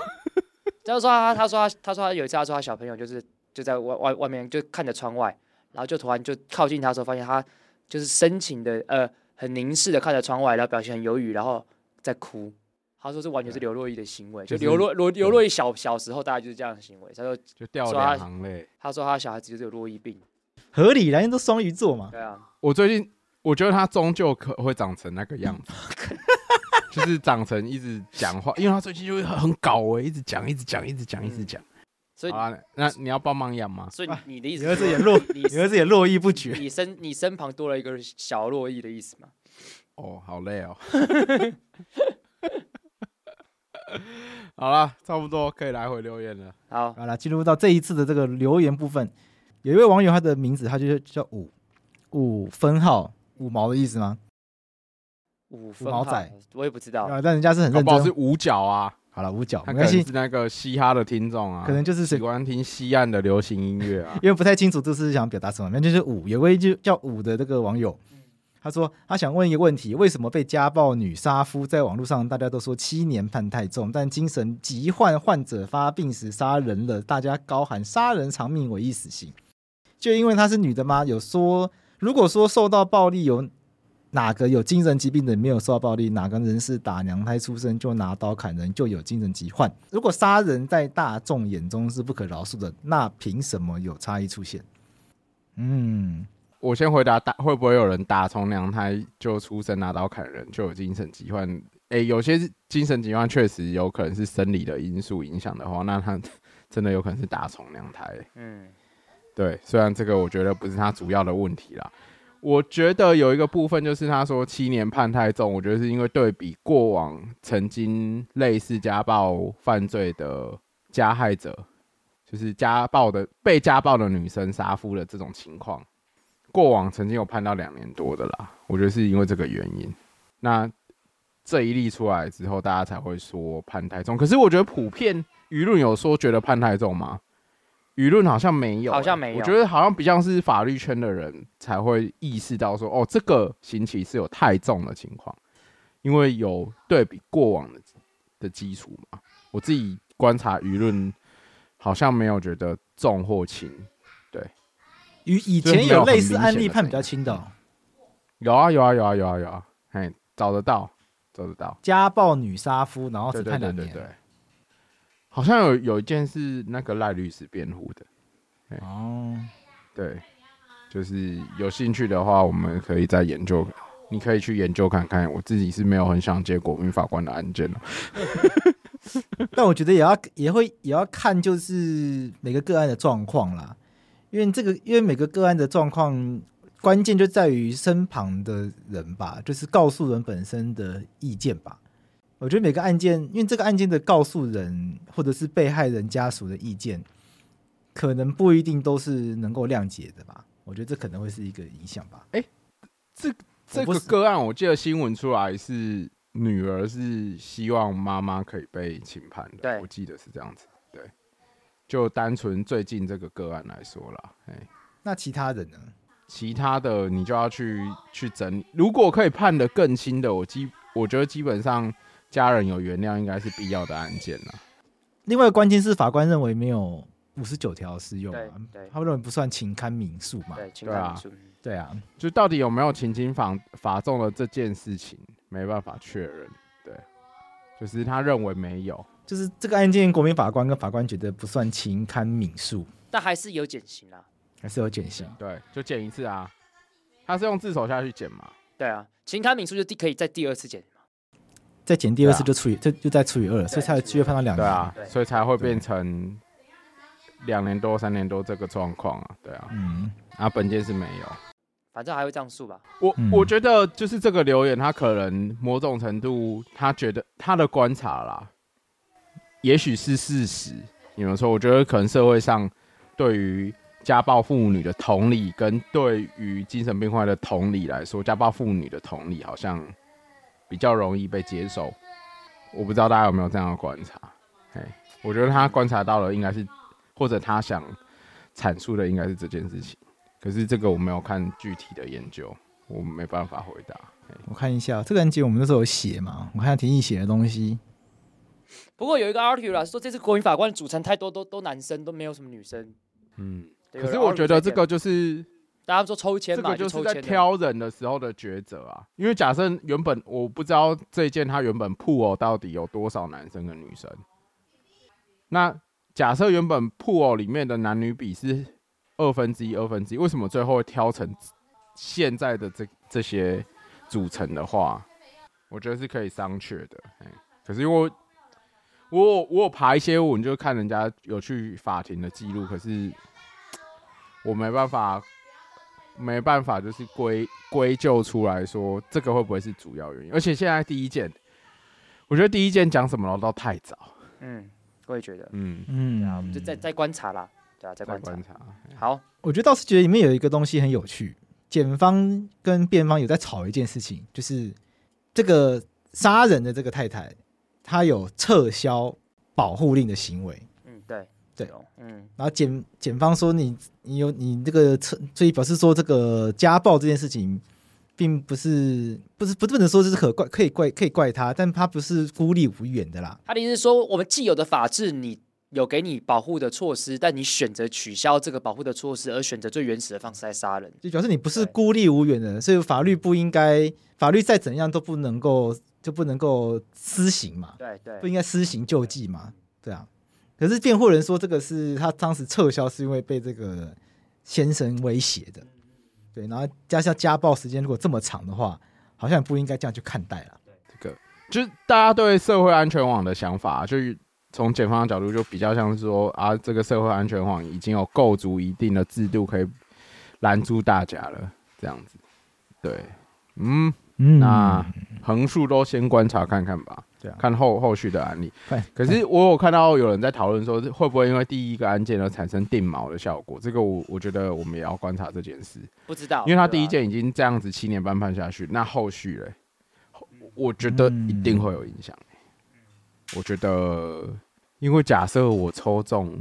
[SPEAKER 2] 他说他他说他他说他有一次他说他小朋友就是就在外外外面就看着窗外，然后就突然就靠近他的时候，发现他就是深情的呃很凝视的看着窗外，然后表情很犹豫，然后在哭。他说这完全是
[SPEAKER 3] 对
[SPEAKER 2] 刘若英的行为，就
[SPEAKER 3] 就是
[SPEAKER 2] 刘若刘刘若英小小时候大概就是这样的行为。他说
[SPEAKER 3] 就掉了
[SPEAKER 2] 说他
[SPEAKER 3] 两行泪。
[SPEAKER 2] 他说他小孩子就是有络绎病，
[SPEAKER 1] 合理啦，因为都双鱼座 嘛。
[SPEAKER 2] 对啊，
[SPEAKER 3] 我最近我觉得他终究可会长成那个样子，就是长成一直讲话，因为他最近就会很搞哎、一直讲，一直讲，一直讲，一直讲。
[SPEAKER 2] 所以
[SPEAKER 3] 好啦，那你要帮忙养吗？
[SPEAKER 2] 所以
[SPEAKER 1] 啊
[SPEAKER 2] 你的意
[SPEAKER 1] 你
[SPEAKER 2] 思
[SPEAKER 1] 儿
[SPEAKER 2] 是
[SPEAKER 1] 子也
[SPEAKER 2] 说
[SPEAKER 1] 络，
[SPEAKER 2] 你
[SPEAKER 1] 你儿子也络绎不 绝。
[SPEAKER 2] 你身你身旁多了一个小络绎的意思嘛？
[SPEAKER 3] 哦，好累哦。 好啦，差不多可以来回留言了。
[SPEAKER 2] 好，
[SPEAKER 1] 好了，进入到这一次的这个留言部分，有一位网友，他的名字他就叫五五分号五毛的意思吗？
[SPEAKER 2] 五分
[SPEAKER 1] 毛
[SPEAKER 2] 号
[SPEAKER 1] 仔，
[SPEAKER 2] 我也不知道。
[SPEAKER 1] 啊，但人家是很
[SPEAKER 3] 搞
[SPEAKER 1] 认
[SPEAKER 3] 不好是
[SPEAKER 1] 真。
[SPEAKER 3] 五角啊，
[SPEAKER 1] 好了，五角
[SPEAKER 3] 他
[SPEAKER 1] 没
[SPEAKER 3] 可能
[SPEAKER 1] 关系，
[SPEAKER 3] 是那个嘻哈的听众啊，
[SPEAKER 1] 可能就是谁
[SPEAKER 3] 喜欢听西岸的流行音 乐啊。
[SPEAKER 1] 因为不太清楚这是想表达什么，那就是五，有位就叫五的这个网友，他说他想问一个问题：为什么被家暴女杀夫在网络上大家都说七年判太重，但精神疾患患者发病时杀人了，大家高喊杀人偿命唯一死刑？就因为她是女的吗？有说如果说受到暴力有。哪个有精神疾病的没有受到暴力？哪个人是打娘胎出生就拿刀砍人就有精神疾患？如果杀人在大众眼中是不可饶恕的，那凭什么有差异出现？嗯，
[SPEAKER 3] 我先回答大会不会有人打从娘胎就出生拿刀砍人就有精神疾患？诶、有些是精神疾患确实有可能是生理的因素影响的话，那他真的有可能是打从娘胎。
[SPEAKER 2] 嗯，
[SPEAKER 3] 对，虽然这个我觉得不是他主要的问题啦。我觉得有一个部分就是他说七年判太重，我觉得是因为对比过往曾经类似家暴犯罪的加害者，就是家暴的被家暴的女生杀夫的这种情况，过往曾经有判到两年多的啦。我觉得是因为这个原因。那这一例出来之后，大家才会说判太重。可是我觉得普遍舆论有说觉得判太重吗？舆论好像没有欸、
[SPEAKER 2] 好像没有
[SPEAKER 3] 我觉得好像比较是法律圈的人才会意识到说，哦，这个刑期是有太重的情况，因为有对比过往的的基础嘛。我自己观察舆论，好像没有觉得重或轻。
[SPEAKER 1] 与以前有类似案例判比较轻的哦、
[SPEAKER 3] 有啊有啊有啊有啊有啊，嘿，找得到，找得到。
[SPEAKER 1] 家暴女杀夫，然后
[SPEAKER 3] 对
[SPEAKER 1] 只
[SPEAKER 3] 对
[SPEAKER 1] 判
[SPEAKER 3] 对
[SPEAKER 1] 两
[SPEAKER 3] 对
[SPEAKER 1] 年。
[SPEAKER 3] 对，好像有有一件是那个赖律师辩护的，
[SPEAKER 1] 哦，
[SPEAKER 3] 对，就是有兴趣的话，我们可以再研究，你可以去研究看看。我自己是没有很想接国民法官的案件了，哦
[SPEAKER 1] 但我觉得也要也会也要看就是每个个案的状况啦，因为这个因为每个个案的状况，关键就在于身旁的人吧，就是告诉人本身的意见吧。我觉得每个案件，因为这个案件的告诉人或者是被害人家属的意见，可能不一定都是能够谅解的吧。我觉得这可能会是一个影响吧。
[SPEAKER 3] 这
[SPEAKER 1] 我不
[SPEAKER 3] 个
[SPEAKER 1] 是
[SPEAKER 3] 个案，我记得新闻出来是女儿是希望妈妈可以被轻判的，
[SPEAKER 2] 对
[SPEAKER 3] 我记得是这样子。对，就单纯最近这个个案来说啦，哎、
[SPEAKER 1] 那其他人呢？
[SPEAKER 3] 其他的你就要去去整理。如果可以判的更轻的，我基我觉得基本上家人有原谅应该是必要的案件啦。
[SPEAKER 1] 另外，关键是法官认为没有五十九条适用
[SPEAKER 2] 对
[SPEAKER 1] 啊
[SPEAKER 2] 对，
[SPEAKER 1] 他们认为不算情堪民诉嘛。
[SPEAKER 2] 对，情
[SPEAKER 3] 对啊
[SPEAKER 2] 感因素。
[SPEAKER 1] 对啊，
[SPEAKER 3] 就到底有没有情情法法中的这件事情，没办法确认。对，就是他认为没有。
[SPEAKER 1] 就是这个案件，国民法官跟法官觉得不算情堪民诉，
[SPEAKER 2] 但还是有减刑啦。
[SPEAKER 1] 还是有减刑。
[SPEAKER 3] 对，就剪一次啊。他是用自首下去剪嘛？
[SPEAKER 2] 对啊，情感敏诉就第可以在第二次减嘛。
[SPEAKER 1] 再减第二
[SPEAKER 3] 对
[SPEAKER 1] 次
[SPEAKER 3] 啊
[SPEAKER 1] 就除以，这就再除以二了，所以才有机会判到两
[SPEAKER 3] 对
[SPEAKER 1] 年。
[SPEAKER 3] 啊，
[SPEAKER 2] 对
[SPEAKER 3] 所以才会变成两年多、三年多这个状况啊。对啊，
[SPEAKER 1] 嗯，
[SPEAKER 3] 啊，本件是没有。
[SPEAKER 2] 反正还会这样诉吧。
[SPEAKER 3] 我、
[SPEAKER 1] 嗯
[SPEAKER 3] 我觉得就是这个留言，他可能某种程度，他觉得他的观察啦，也许是事实。你们说，我觉得可能社会上对于家暴妇女的同理，跟对于精神病患的同理来说，家暴妇女的同理好像比较容易被接受。我不知道大家有没有这样的观察？嘿，我觉得他观察到了，应该是或者他想阐述的应该是这件事情。可是这个我没有看具体的研究，我没办法回答。
[SPEAKER 1] 我看一下这个案件，我们那时候有写嘛，我看下庭议写的东西。
[SPEAKER 2] 不过有一个 argue 啦，说这次国民法官的组成太多都都男生，都没有什么女生。
[SPEAKER 3] 嗯，
[SPEAKER 2] 对
[SPEAKER 3] 可是
[SPEAKER 2] 有人
[SPEAKER 3] 我觉得
[SPEAKER 2] argue
[SPEAKER 3] 这
[SPEAKER 2] 点
[SPEAKER 3] 个就是
[SPEAKER 2] 大家说抽签
[SPEAKER 3] 这
[SPEAKER 2] 嘛，
[SPEAKER 3] 个就是
[SPEAKER 2] 抽
[SPEAKER 3] 在
[SPEAKER 2] 签的。
[SPEAKER 3] 挑人的时候的抉择啊。因为假设原本我不知道这一件他原本铺偶到底有多少男生跟女生，那假设原本铺偶里面的男女比是二分之一、二分之一，为什么最后会挑成现在的这这些组成的话，我觉得是可以商榷的。嘿可是因为我我有我有爬一些文，就看人家有去法庭的记录，可是我没办法，没办法，就是归归咎出来说这个会不会是主要原因？而且现在第一件，我觉得第一件讲什么了都太早，
[SPEAKER 2] 嗯，我也觉得。
[SPEAKER 3] 嗯，
[SPEAKER 1] 嗯，
[SPEAKER 2] 对啊，我们就再再观察啦。对啊，再
[SPEAKER 3] 在
[SPEAKER 2] 观察。
[SPEAKER 3] 观察，哎
[SPEAKER 2] 好，
[SPEAKER 1] 我觉得倒是觉得里面有一个东西很有趣，检方跟辩方有在吵一件事情，就是这个杀人的这个太太，她有撤销保护令的行为。
[SPEAKER 2] 嗯，对，
[SPEAKER 1] 对
[SPEAKER 2] 有，嗯，
[SPEAKER 1] 然后检检方说你你有你这个撤，所以表示说这个家暴这件事情，并不是不是不不能说这是可怪可以怪可以怪他，但他不是孤立无援的啦。
[SPEAKER 2] 他的意思是说，我们既有的法制，你有给你保护的措施，但你选择取消这个保护的措施，而选择最原始的方式来杀人。
[SPEAKER 1] 就表示你不是
[SPEAKER 2] 对
[SPEAKER 1] 孤立无援的，所以法律不应该，法律再怎样都不能够就不能够施行嘛，
[SPEAKER 2] 对对
[SPEAKER 1] 不应该施行救济嘛，对啊。可是辩护人说这个是他当时撤销是因为被这个先生威胁的，对，然后加上家暴时间如果这么长的话，好像不应该这样去看待了。
[SPEAKER 3] 这个就是大家对社会安全网的想法，就是从检方的角度就比较像是说啊，这个社会安全网已经有构筑一定的制度可以拦住大家了，这样子，对，嗯。
[SPEAKER 1] 嗯
[SPEAKER 3] 那横竖都先观察看看吧，
[SPEAKER 1] 对啊，
[SPEAKER 3] 看后后续的案例
[SPEAKER 1] 快。
[SPEAKER 3] 可是我有看到有人在讨论说，是会不会因为第一个案件而产生定锚的效果？这个我我觉得我们也要观察这件事，
[SPEAKER 2] 不知道，
[SPEAKER 3] 因为他
[SPEAKER 2] 对啊
[SPEAKER 3] 第一
[SPEAKER 2] 吧，
[SPEAKER 3] 件已经这样子七年半判下去，那后续嘞，我我觉得一定会有影响。我觉得，因为假设我抽中，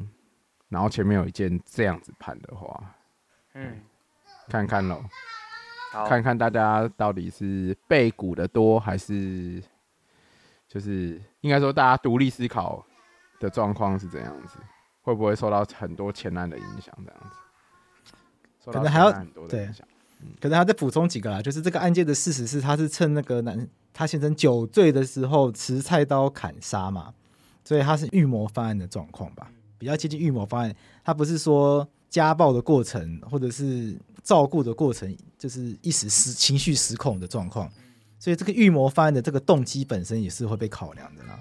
[SPEAKER 3] 然后前面有一件这样子判的话，
[SPEAKER 2] 嗯，
[SPEAKER 3] 看看喽。
[SPEAKER 2] 好，
[SPEAKER 3] 看看大家到底是被鼓的多，还是就是应该说大家独立思考的状况是怎样子，会不会受到很多前案的影响？这样子，受到
[SPEAKER 1] 可能还要
[SPEAKER 3] 前案很多的影响。
[SPEAKER 1] 可能还再补充几个啦，就是这个案件的事实是，他是趁那个男他先生酒醉的时候持菜刀砍杀嘛，所以他是预谋方案的状况吧，比较接近预谋方案。他不是说家暴的过程或者是照顾的过程，就是一时失情绪失控的状况，所以这个预谋方案的这个动机本身也是会被考量的啦。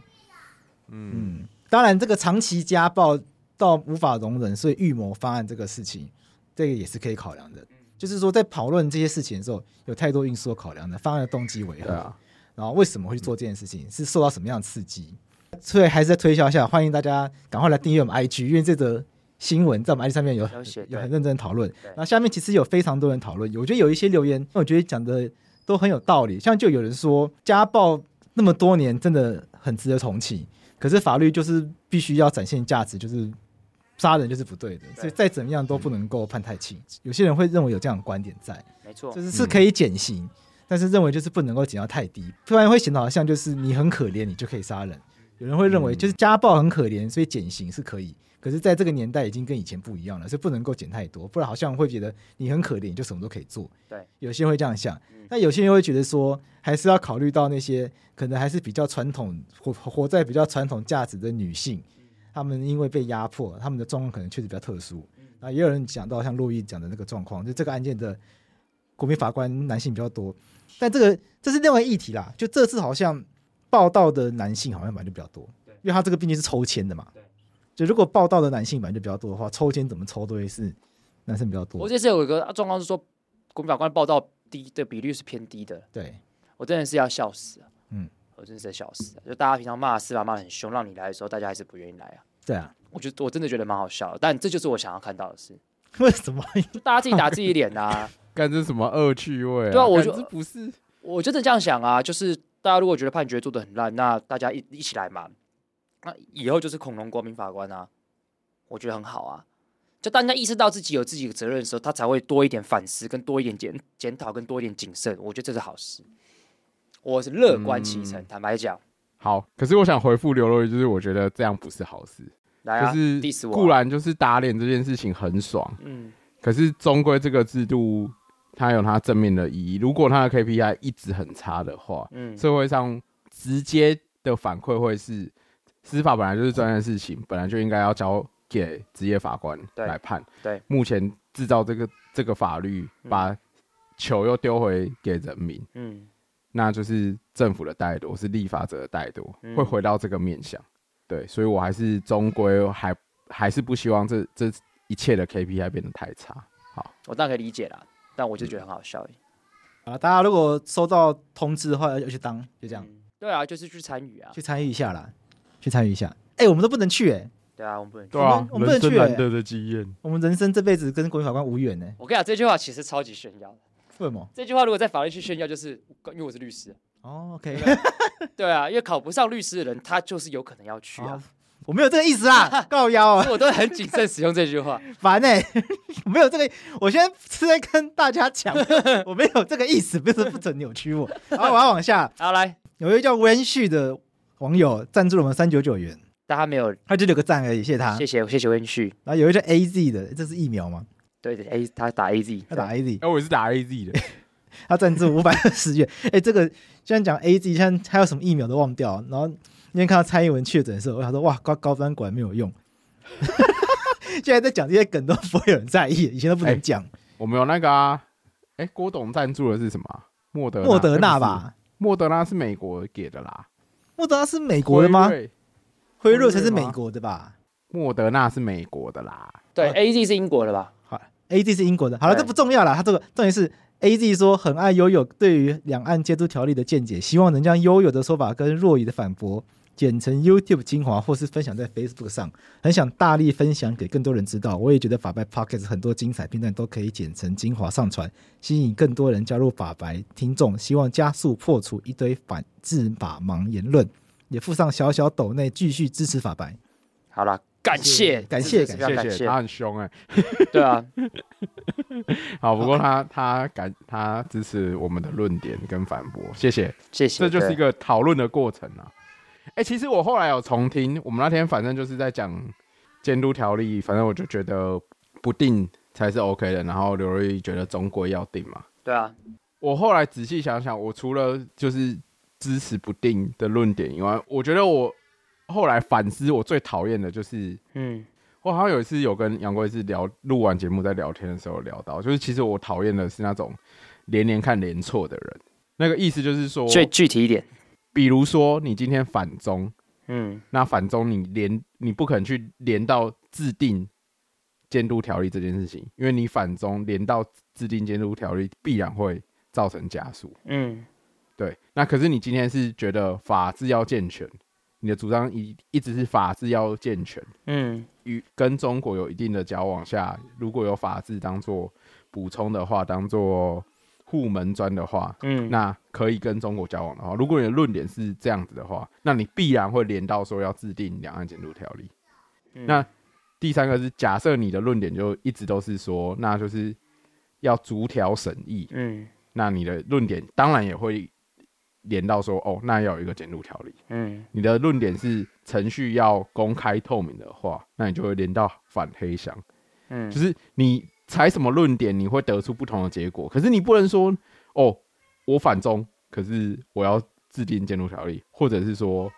[SPEAKER 3] 嗯，
[SPEAKER 1] 嗯，当然这个长期家暴到无法容忍，所以预谋方案这个事情，这个也是可以考量的。就是说在讨论这些事情的时候，有太多因素的考量的，方案的动机为
[SPEAKER 3] 对
[SPEAKER 1] 何？
[SPEAKER 3] 啊，
[SPEAKER 1] 然后为什么会去做这件事情，是受到什么样的刺激。所以还是在推销一下，欢迎大家赶快来订阅我们 IG，因为这则新闻在我们 IG 上面有
[SPEAKER 2] 有写
[SPEAKER 1] 有
[SPEAKER 2] 对
[SPEAKER 1] 很认真讨论。然后下面其实有非常多人讨论，我觉得有一些留言，我觉得讲的都很有道理。像就有人说，家暴那么多年真的很值得同情，可是法律就是必须要展现价值，就是杀人就是不对的，所以再怎么样都不能够判太轻。有些人会认为有这样的观点在。
[SPEAKER 2] 没错
[SPEAKER 1] 就，是是可以减刑，但是认为就是不能够减到太低，不然会显得好像就是你很可怜，你就可以杀人。有人会认为就是家暴很可怜，所以减刑是可以。可是，在这个年代已经跟以前不一样了，所以不能够减太多，不然好像会觉得你很可怜，你就什么都可以做。
[SPEAKER 2] 对，
[SPEAKER 1] 有些人会这样想
[SPEAKER 2] 嗯，
[SPEAKER 1] 那有些人会觉得说，还是要考虑到那些可能还是比较传统活活在比较传统价值的女性，她们因为被压迫，她们的状况可能确实比较特殊。
[SPEAKER 2] 嗯
[SPEAKER 1] 那也有人讲到像洛伊讲的那个状况，就这个案件的国民法官男性比较多，但这个这是另外一个议题啦。就这次好像报道的男性好像本来就比较多，因为他这个毕竟是抽签的嘛。就如果报道的男性本来就比较多的话，抽签怎么抽都会是男生比较
[SPEAKER 2] 我
[SPEAKER 1] 多。
[SPEAKER 2] 这次有一个啊状况是说，国民法官报道低的比率是偏低的，
[SPEAKER 1] 对，
[SPEAKER 2] 我真的是要笑死啊！
[SPEAKER 1] 嗯
[SPEAKER 2] 嗯，我真的是笑死啊！就大家平常骂司法骂的很凶，让你来的时候，大家还是不愿意来啊。
[SPEAKER 1] 对啊，
[SPEAKER 2] 我觉得我真的觉得蛮好笑的，但这就是我想要看到的事，
[SPEAKER 1] 为什么？
[SPEAKER 2] 就大家自己打自己脸啊呐、
[SPEAKER 3] 干这什么恶趣味、啊？
[SPEAKER 2] 对啊我
[SPEAKER 3] 干
[SPEAKER 2] 就
[SPEAKER 3] 这不是
[SPEAKER 2] 我真的这样想啊，就是大家如果觉得判决做的很烂，那大家一一起来嘛。那以后就是恐龙国民法官啊，我觉得很好啊。就大家意识到自己有自己的责任的时候，他才会多一点反思，跟多一点检检讨，跟多一点谨慎。我觉得这是好事，我是乐观其成。
[SPEAKER 3] 嗯
[SPEAKER 2] 坦白讲，
[SPEAKER 3] 好。可是我想回复刘若英，就是我觉得这样不是好事。
[SPEAKER 2] 来啊，
[SPEAKER 3] 就是
[SPEAKER 2] 第十我啊，
[SPEAKER 3] 固然就是打脸这件事情很爽，
[SPEAKER 2] 嗯，
[SPEAKER 3] 可是终归这个制度它有它正面的意义。如果它的 KPI 一直很差的话，
[SPEAKER 2] 嗯
[SPEAKER 3] 社会上直接的反馈会是，司法本来就是专业的事情，本来就应该要交给职业法官
[SPEAKER 2] 对
[SPEAKER 3] 来判。
[SPEAKER 2] 对
[SPEAKER 3] 目前制造这个这个法律，
[SPEAKER 2] 嗯
[SPEAKER 3] 把球又丢回给人民，
[SPEAKER 2] 嗯，
[SPEAKER 3] 那就是政府的怠惰，是立法者的怠惰，
[SPEAKER 2] 嗯
[SPEAKER 3] 会回到这个面向。对，所以我还是终归还还是不希望这这一切的 KPI 变得太差。
[SPEAKER 2] 我当然可以理解啦，但我就觉得很好笑而已。
[SPEAKER 1] 啊，大家如果收到通知的话，要去当，就这样，
[SPEAKER 2] 嗯对啊，就是去参与啊，
[SPEAKER 1] 去参与一下啦，去参与一下。哎、我们都不能去哎、
[SPEAKER 2] 对啊，我们不能去。
[SPEAKER 1] 对啊我们我们不能去人生难得
[SPEAKER 3] 的经验。
[SPEAKER 1] 我们人生这辈子跟国民法官无缘呢、
[SPEAKER 2] 我跟你讲，这句话其实超级炫耀的。
[SPEAKER 1] 为什么？
[SPEAKER 2] 这句话如果在法律去炫耀，就是因为我是律 师，
[SPEAKER 1] 哦，OK，
[SPEAKER 2] 对啊，因为考不上律师的人，他就是有可能要去啊
[SPEAKER 1] 哦。我没有这个意思啦，告腰啊
[SPEAKER 2] 所以，我都很谨慎使用这句 话。
[SPEAKER 1] 烦呢、 我没有这个，我现在是在跟大家讲，我没有这个意思，不是不准扭曲我。好，我要往下，
[SPEAKER 2] 好，来，
[SPEAKER 1] 有一位叫 Wen Xu 的网友赞助了我们三九九元，
[SPEAKER 2] 大家没有，
[SPEAKER 1] 他就留个赞而已，谢谢
[SPEAKER 3] 啊
[SPEAKER 1] 他。
[SPEAKER 2] 谢谢，谢谢温旭。
[SPEAKER 1] 然后有一位叫 AZ 的，这是疫苗吗？
[SPEAKER 2] 对对，A 他打 A Z，
[SPEAKER 1] 他打 AZ，
[SPEAKER 3] 哎、我是打 AZ 的，
[SPEAKER 1] 他赞助五百二十元。 哎、这个虽然讲 A Z，现在还有什么疫苗都忘掉了。然后那天看到蔡英文确诊的时候，我想说哇，高高端果然没有用。 现在在讲这些梗都不会有人在意，以前都不能讲。
[SPEAKER 3] 我们有那个啊，哎、郭董赞助的是什么啊？莫德
[SPEAKER 1] 莫德纳
[SPEAKER 3] 哎不是
[SPEAKER 1] 吧，
[SPEAKER 3] 莫德纳是美国给的啦，
[SPEAKER 1] 莫德纳是美国的吗
[SPEAKER 3] 辉？瑞？
[SPEAKER 1] 辉瑞才是
[SPEAKER 3] 辉瑞
[SPEAKER 1] 美
[SPEAKER 3] 吗
[SPEAKER 1] 国的吧？
[SPEAKER 3] 莫德纳是美国的啦。
[SPEAKER 2] 对 A Z 是英国的吧？
[SPEAKER 1] 好，A Z 是英国的。好了，
[SPEAKER 2] 对
[SPEAKER 1] 这不重要了。他这个重点是 A Z 说很爱悠悠对于两岸监督条例的见解，希望能将悠悠的说法跟若雨的反驳剪成 YouTube 精华，或是分享在 Facebook 上。很想大力分享给更多人知道。我也觉得法白 Pocket 很多精彩片段都可以剪成精华上传，吸引更多人加入法白听众。希望加速破除一堆反制法盲言论，也附上小小斗内继续支持法白。
[SPEAKER 2] 好啦，感谢，
[SPEAKER 1] 感谢
[SPEAKER 2] 真的是非常
[SPEAKER 3] 谢
[SPEAKER 2] 感
[SPEAKER 3] 谢，
[SPEAKER 2] 谢
[SPEAKER 3] 他很凶哎、
[SPEAKER 2] 对啊，
[SPEAKER 3] 好，不过他他感他支持我们的论点跟反驳，谢谢。
[SPEAKER 2] 谢谢。
[SPEAKER 3] 这就是一
[SPEAKER 2] 对啊
[SPEAKER 3] 个讨论的过程啊。哎、其实我后来有重听，我们那天反正就是在讲监督条例，反正我就觉得不定才是 OK 的。然后刘若英觉得终归要定嘛。
[SPEAKER 2] 对啊，
[SPEAKER 3] 我后来仔细想想，我除了就是支持不定的论点以外，我觉得我后来反思，我最讨厌的就是
[SPEAKER 2] 嗯
[SPEAKER 3] 我好像有一次有跟杨贵是聊录完节目在聊天的时候聊到，就是其实我讨厌的是那种连连看连错的人。那个意思就是说，
[SPEAKER 2] 所以具体一点，
[SPEAKER 3] 比如说你今天反中，
[SPEAKER 2] 嗯
[SPEAKER 3] 那反中你连你不可能去连到制定监督条例这件事情，因为你反中连到制定监督条例，必然会造成加速。
[SPEAKER 2] 嗯，
[SPEAKER 3] 对，那可是你今天是觉得法治要健全，你的主张一一直是法治要健全，
[SPEAKER 2] 嗯，
[SPEAKER 3] 与跟中国有一定的交往下，如果有法治当做补充的话，当做护门砖的话，
[SPEAKER 2] 嗯，
[SPEAKER 3] 那可以跟中国交往的话，如果你的论点是这样子的话，那你必然会连到说要制定两岸监督条例。
[SPEAKER 2] 嗯
[SPEAKER 3] 那第三个是假设你的论点就一直都是说，那就是要逐条审议，
[SPEAKER 2] 嗯
[SPEAKER 3] 那你的论点当然也会连到说，哦，那要有一个监督条例。
[SPEAKER 2] 嗯
[SPEAKER 3] 你的论点是程序要公开透明的话，那你就会连到反黑箱，
[SPEAKER 2] 嗯，
[SPEAKER 3] 就是是你采什么论点，你会得出不同的结果。可是你不能说，哦，我反中，可是我要制定监督条例，或者是说，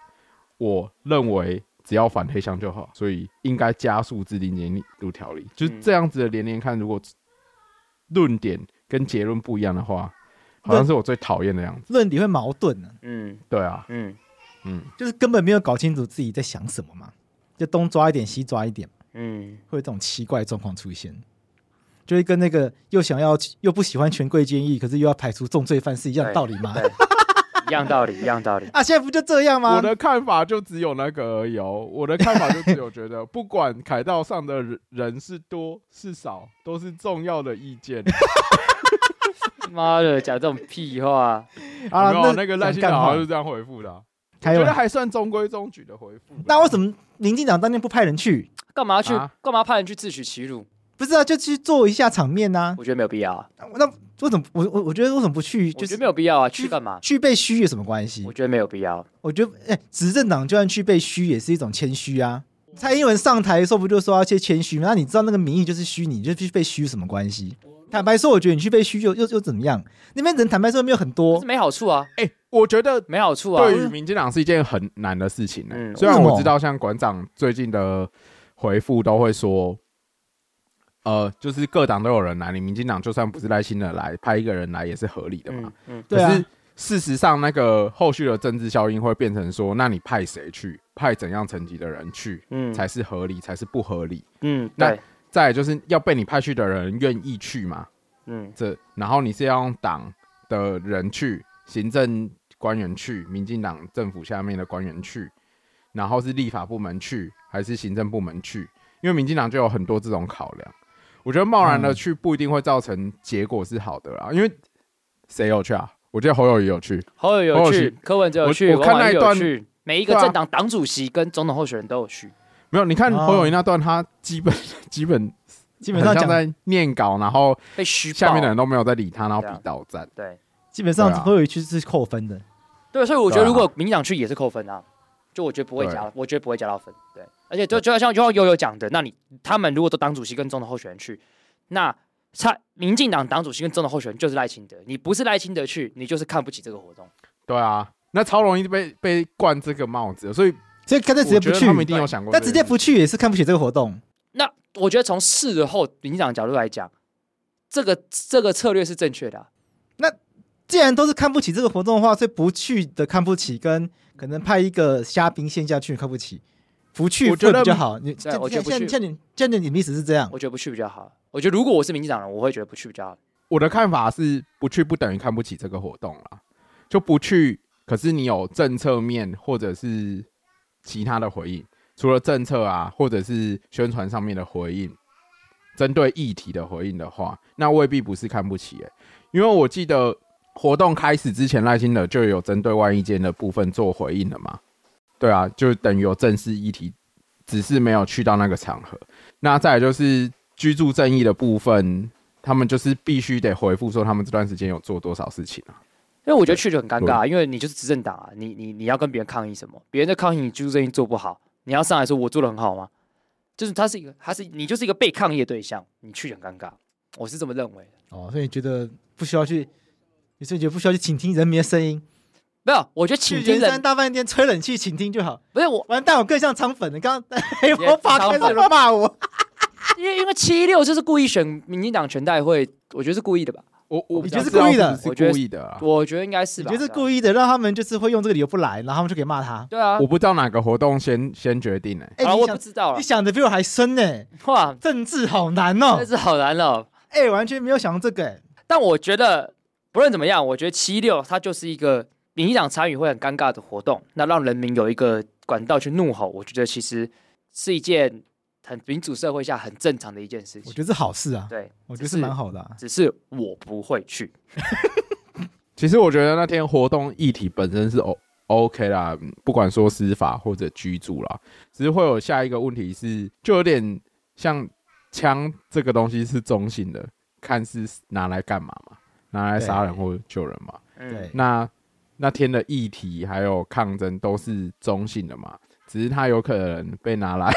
[SPEAKER 3] 我认为只要反黑箱就好，所以应该加速制定监督条例。就是这样子的连连看，如果论点跟结论不一样的话，好像是我最讨厌的样子。
[SPEAKER 1] 论理会矛盾呢、
[SPEAKER 2] 嗯
[SPEAKER 3] 对啊，
[SPEAKER 2] 嗯
[SPEAKER 3] 嗯，
[SPEAKER 1] 就是根本没有搞清楚自己在想什么嘛，就东抓一点西抓一点，
[SPEAKER 2] 嗯
[SPEAKER 1] 会有这种奇怪的状况出现，就会跟那个又想要又不喜欢权贵监狱，可是又要排除重罪犯是一样的道理吗？
[SPEAKER 2] 对，一样道理，一样道理。
[SPEAKER 1] 啊，现在不就这样吗
[SPEAKER 3] 我？的看法就只有那个而已哦。我的看法就只有 觉得，不管凯道上的人人是多是少，都是重要的意见。
[SPEAKER 2] 妈的，讲这种屁话，
[SPEAKER 1] 啊
[SPEAKER 3] 有没有
[SPEAKER 1] 那
[SPEAKER 3] 那个赖
[SPEAKER 1] 讲
[SPEAKER 3] 清
[SPEAKER 1] 干
[SPEAKER 3] 德好
[SPEAKER 1] 话
[SPEAKER 3] 像是这样回复的啊、我
[SPEAKER 1] 还有
[SPEAKER 3] 觉得还算中规中矩的回复。
[SPEAKER 1] 那为什么民进党当年不派人去？
[SPEAKER 2] 干嘛去？
[SPEAKER 3] 啊
[SPEAKER 2] 干嘛派人去自取其辱？
[SPEAKER 1] 不是啊，就去做一下场面呐、
[SPEAKER 2] 我觉得没有必要啊，
[SPEAKER 1] 啊。那为什么我我我觉得为什么不去？
[SPEAKER 2] 我
[SPEAKER 1] 就
[SPEAKER 2] 觉
[SPEAKER 1] 是
[SPEAKER 2] 得没有必要啊，去干嘛？
[SPEAKER 1] 去被虚有什么关系
[SPEAKER 2] 我？觉得没有必要。啊
[SPEAKER 1] 我觉得，哎、执政党就算去被虚，也是一种谦虚啊。蔡英文上台的时候不就说要去谦虚吗？那你知道那个民意就是虚，你就去被虚有什么关系？坦白说，我觉得你去被虚又又又怎么样？那边人坦白说没有很
[SPEAKER 2] 可
[SPEAKER 1] 多
[SPEAKER 2] 是，没好处啊，
[SPEAKER 3] 哎、我觉得
[SPEAKER 2] 没好处啊。
[SPEAKER 3] 对于民进党是一件很难的事情、呢。欸
[SPEAKER 2] 嗯
[SPEAKER 3] 虽然
[SPEAKER 1] 为什
[SPEAKER 3] 我
[SPEAKER 1] 么
[SPEAKER 3] 知道像馆长最近的回复都会说，呃，就是各党都有人来，你民进党就算不是赖清德来，派一个人来也是合理的嘛。
[SPEAKER 2] 嗯嗯
[SPEAKER 1] 对
[SPEAKER 3] 可
[SPEAKER 1] 啊
[SPEAKER 3] 是，事实上，那个后续的政治效应会变成说，那你派谁去，派怎样层级的人去，
[SPEAKER 2] 嗯，
[SPEAKER 3] 才是合理，才是不合理。
[SPEAKER 2] 嗯
[SPEAKER 3] 那
[SPEAKER 2] 对，
[SPEAKER 3] 再来就是要被你派去的人愿意去嘛，
[SPEAKER 2] 嗯
[SPEAKER 3] 这然后你是要用党的人去，行政官员去，民进党政府下面的官员去，然后是立法部门去，还是行政部门去？因为民进党就有很多这种考量。我觉得贸
[SPEAKER 1] 嗯
[SPEAKER 3] 然的去不一定会造成结果是好的啦，因为谁有去啊？我记得侯友谊有去，
[SPEAKER 2] 侯友
[SPEAKER 3] 侯
[SPEAKER 2] 有
[SPEAKER 3] 友
[SPEAKER 2] 去
[SPEAKER 3] 去，
[SPEAKER 2] 柯文哲有
[SPEAKER 3] 我
[SPEAKER 2] 去，
[SPEAKER 3] 我
[SPEAKER 2] 王
[SPEAKER 3] 看
[SPEAKER 2] 婉
[SPEAKER 3] 那
[SPEAKER 2] 玉
[SPEAKER 3] 一
[SPEAKER 2] 有
[SPEAKER 3] 段
[SPEAKER 2] 去，每一个
[SPEAKER 3] 对啊
[SPEAKER 2] 政党党主席跟总统候选人都有去。
[SPEAKER 3] 没有？你看
[SPEAKER 1] 哦
[SPEAKER 3] 侯友谊那段，他基本 基本
[SPEAKER 1] 基本上
[SPEAKER 3] 很像
[SPEAKER 1] 讲，
[SPEAKER 3] 在念稿，然后
[SPEAKER 2] 被虚报
[SPEAKER 3] 下面的人都没有在理他，然后
[SPEAKER 2] 对啊
[SPEAKER 3] 比倒战。
[SPEAKER 2] 对
[SPEAKER 1] 基本上
[SPEAKER 3] 对啊
[SPEAKER 1] 都有一区是扣分的。
[SPEAKER 2] 对，所以我觉得
[SPEAKER 3] 对啊
[SPEAKER 2] 如果民进党去也是扣分啊，就我觉得不会
[SPEAKER 3] 对
[SPEAKER 2] 加，我觉得不会加到分。对，而且就就像就像悠悠讲的，那你他们如果都党主席跟总统候选人去，那蔡民进党党主席跟总统候选人就是赖清德，你不是赖清德去，你就是看不起这个活动。
[SPEAKER 3] 对啊，那超容易被被冠这个帽子，所以
[SPEAKER 1] 所以干脆直接
[SPEAKER 3] 我
[SPEAKER 1] 不
[SPEAKER 3] 觉得
[SPEAKER 1] 去
[SPEAKER 3] 他，们一定有想过这
[SPEAKER 1] 但
[SPEAKER 3] 个
[SPEAKER 1] 直
[SPEAKER 3] 问题。
[SPEAKER 1] 接不去也是看不起这个活动。
[SPEAKER 2] 那我觉得从事后民进党角度来讲，这个这个策略是正确的啊、
[SPEAKER 1] 既然都是看不起这个活动的话，所以不去的看不起，跟可能派一个虾兵线下去看不起，不去
[SPEAKER 3] 我觉得
[SPEAKER 1] 会比较好。你这
[SPEAKER 2] 对我觉得不
[SPEAKER 1] 现
[SPEAKER 2] 去
[SPEAKER 1] 现你现在你的意思是这样
[SPEAKER 2] 我觉得不去比较好。我觉得如果我是民进党人，我会觉得不去比较好。
[SPEAKER 3] 我的看法是，不去不等于看不起这个活动啦，就不去。可是你有政策面或者是其他的回应，除了政策啊，或者是宣传上面的回应，针对议题的回应的话，那未必不是看不起、欸。因为我记得活动开始之前，赖清德就有针对外意见的部分做回应了嘛。对啊，就等于有正式议题，只是没有去到那个场合。那再来就是居住正义的部分，他们就是必须得回复说他们这段时间有做多少事情啊。
[SPEAKER 2] 因为我觉得去就很尴尬啊，因为你就是执政党啊，你你你要跟别人抗议什么？别人在抗议你居住正义做不好，你要上来说我做的很好吗？就是他是一个，他是你就是一个被抗议的对象，你去很尴尬，我是这么认为的。
[SPEAKER 1] 哦，所以你觉得不需要去，你是觉得不需要去倾听人民的声音，
[SPEAKER 2] 没有，我觉得
[SPEAKER 1] 去
[SPEAKER 2] 请听
[SPEAKER 1] 圆山
[SPEAKER 2] 人
[SPEAKER 1] 大饭店吹冷气倾听就好。
[SPEAKER 2] 不是我，
[SPEAKER 1] 完蛋，我更像肠粉了。刚 刚黑
[SPEAKER 2] 也
[SPEAKER 1] 我爸
[SPEAKER 2] 肠
[SPEAKER 1] 开
[SPEAKER 2] 粉
[SPEAKER 1] 始有人骂我，
[SPEAKER 2] 因为因为七六就是故意选民进党全代会，我觉得是故意的吧？
[SPEAKER 3] 我我
[SPEAKER 2] 你
[SPEAKER 3] 不
[SPEAKER 2] 觉得
[SPEAKER 3] 知
[SPEAKER 2] 是
[SPEAKER 3] 道
[SPEAKER 1] 故意的
[SPEAKER 3] 是
[SPEAKER 2] 我
[SPEAKER 3] 不
[SPEAKER 2] 觉
[SPEAKER 3] 是
[SPEAKER 2] 得
[SPEAKER 3] 故意的啊。
[SPEAKER 2] 我觉得应该 是
[SPEAKER 1] 你
[SPEAKER 2] 吧。
[SPEAKER 1] 就是
[SPEAKER 2] 意？
[SPEAKER 1] 故意的，让他们就是会用这个理由不来，然后他们就可以骂他。
[SPEAKER 2] 对啊
[SPEAKER 3] 我，不知道哪个活动先先决定欸呢、
[SPEAKER 1] 哎、
[SPEAKER 2] 好了，
[SPEAKER 1] 你
[SPEAKER 2] 我不
[SPEAKER 1] 想哦
[SPEAKER 2] 知道了
[SPEAKER 1] 你。想的比我还深呢、
[SPEAKER 2] 哇，
[SPEAKER 1] 政治好难哦、
[SPEAKER 2] 真是好难哦。
[SPEAKER 1] 哎、完全没有想到这个、哎，
[SPEAKER 2] 但我觉得不论怎么样，我觉得七六它就是一个民进党参与会很尴尬的活动，那让人民有一个管道去怒吼，我觉得其实是一件很民主社会下很正常的一件事
[SPEAKER 1] 我
[SPEAKER 2] 情
[SPEAKER 1] 觉。得是好事啊，
[SPEAKER 2] 对，
[SPEAKER 1] 我觉得是蛮好的、啊。
[SPEAKER 2] 只是我不会去。
[SPEAKER 3] 其实我觉得那天活动议题本身是 O OK 啦，嗯不管说司法或者居住啦，只是会有下一个问题是，就有点像枪这个东西是中性的，看是拿来干嘛嘛，拿来杀人或救人嘛。
[SPEAKER 1] 对
[SPEAKER 2] 嗯，
[SPEAKER 3] 那那天的议题还有抗争都是中性的嘛，只是它有可能被拿来，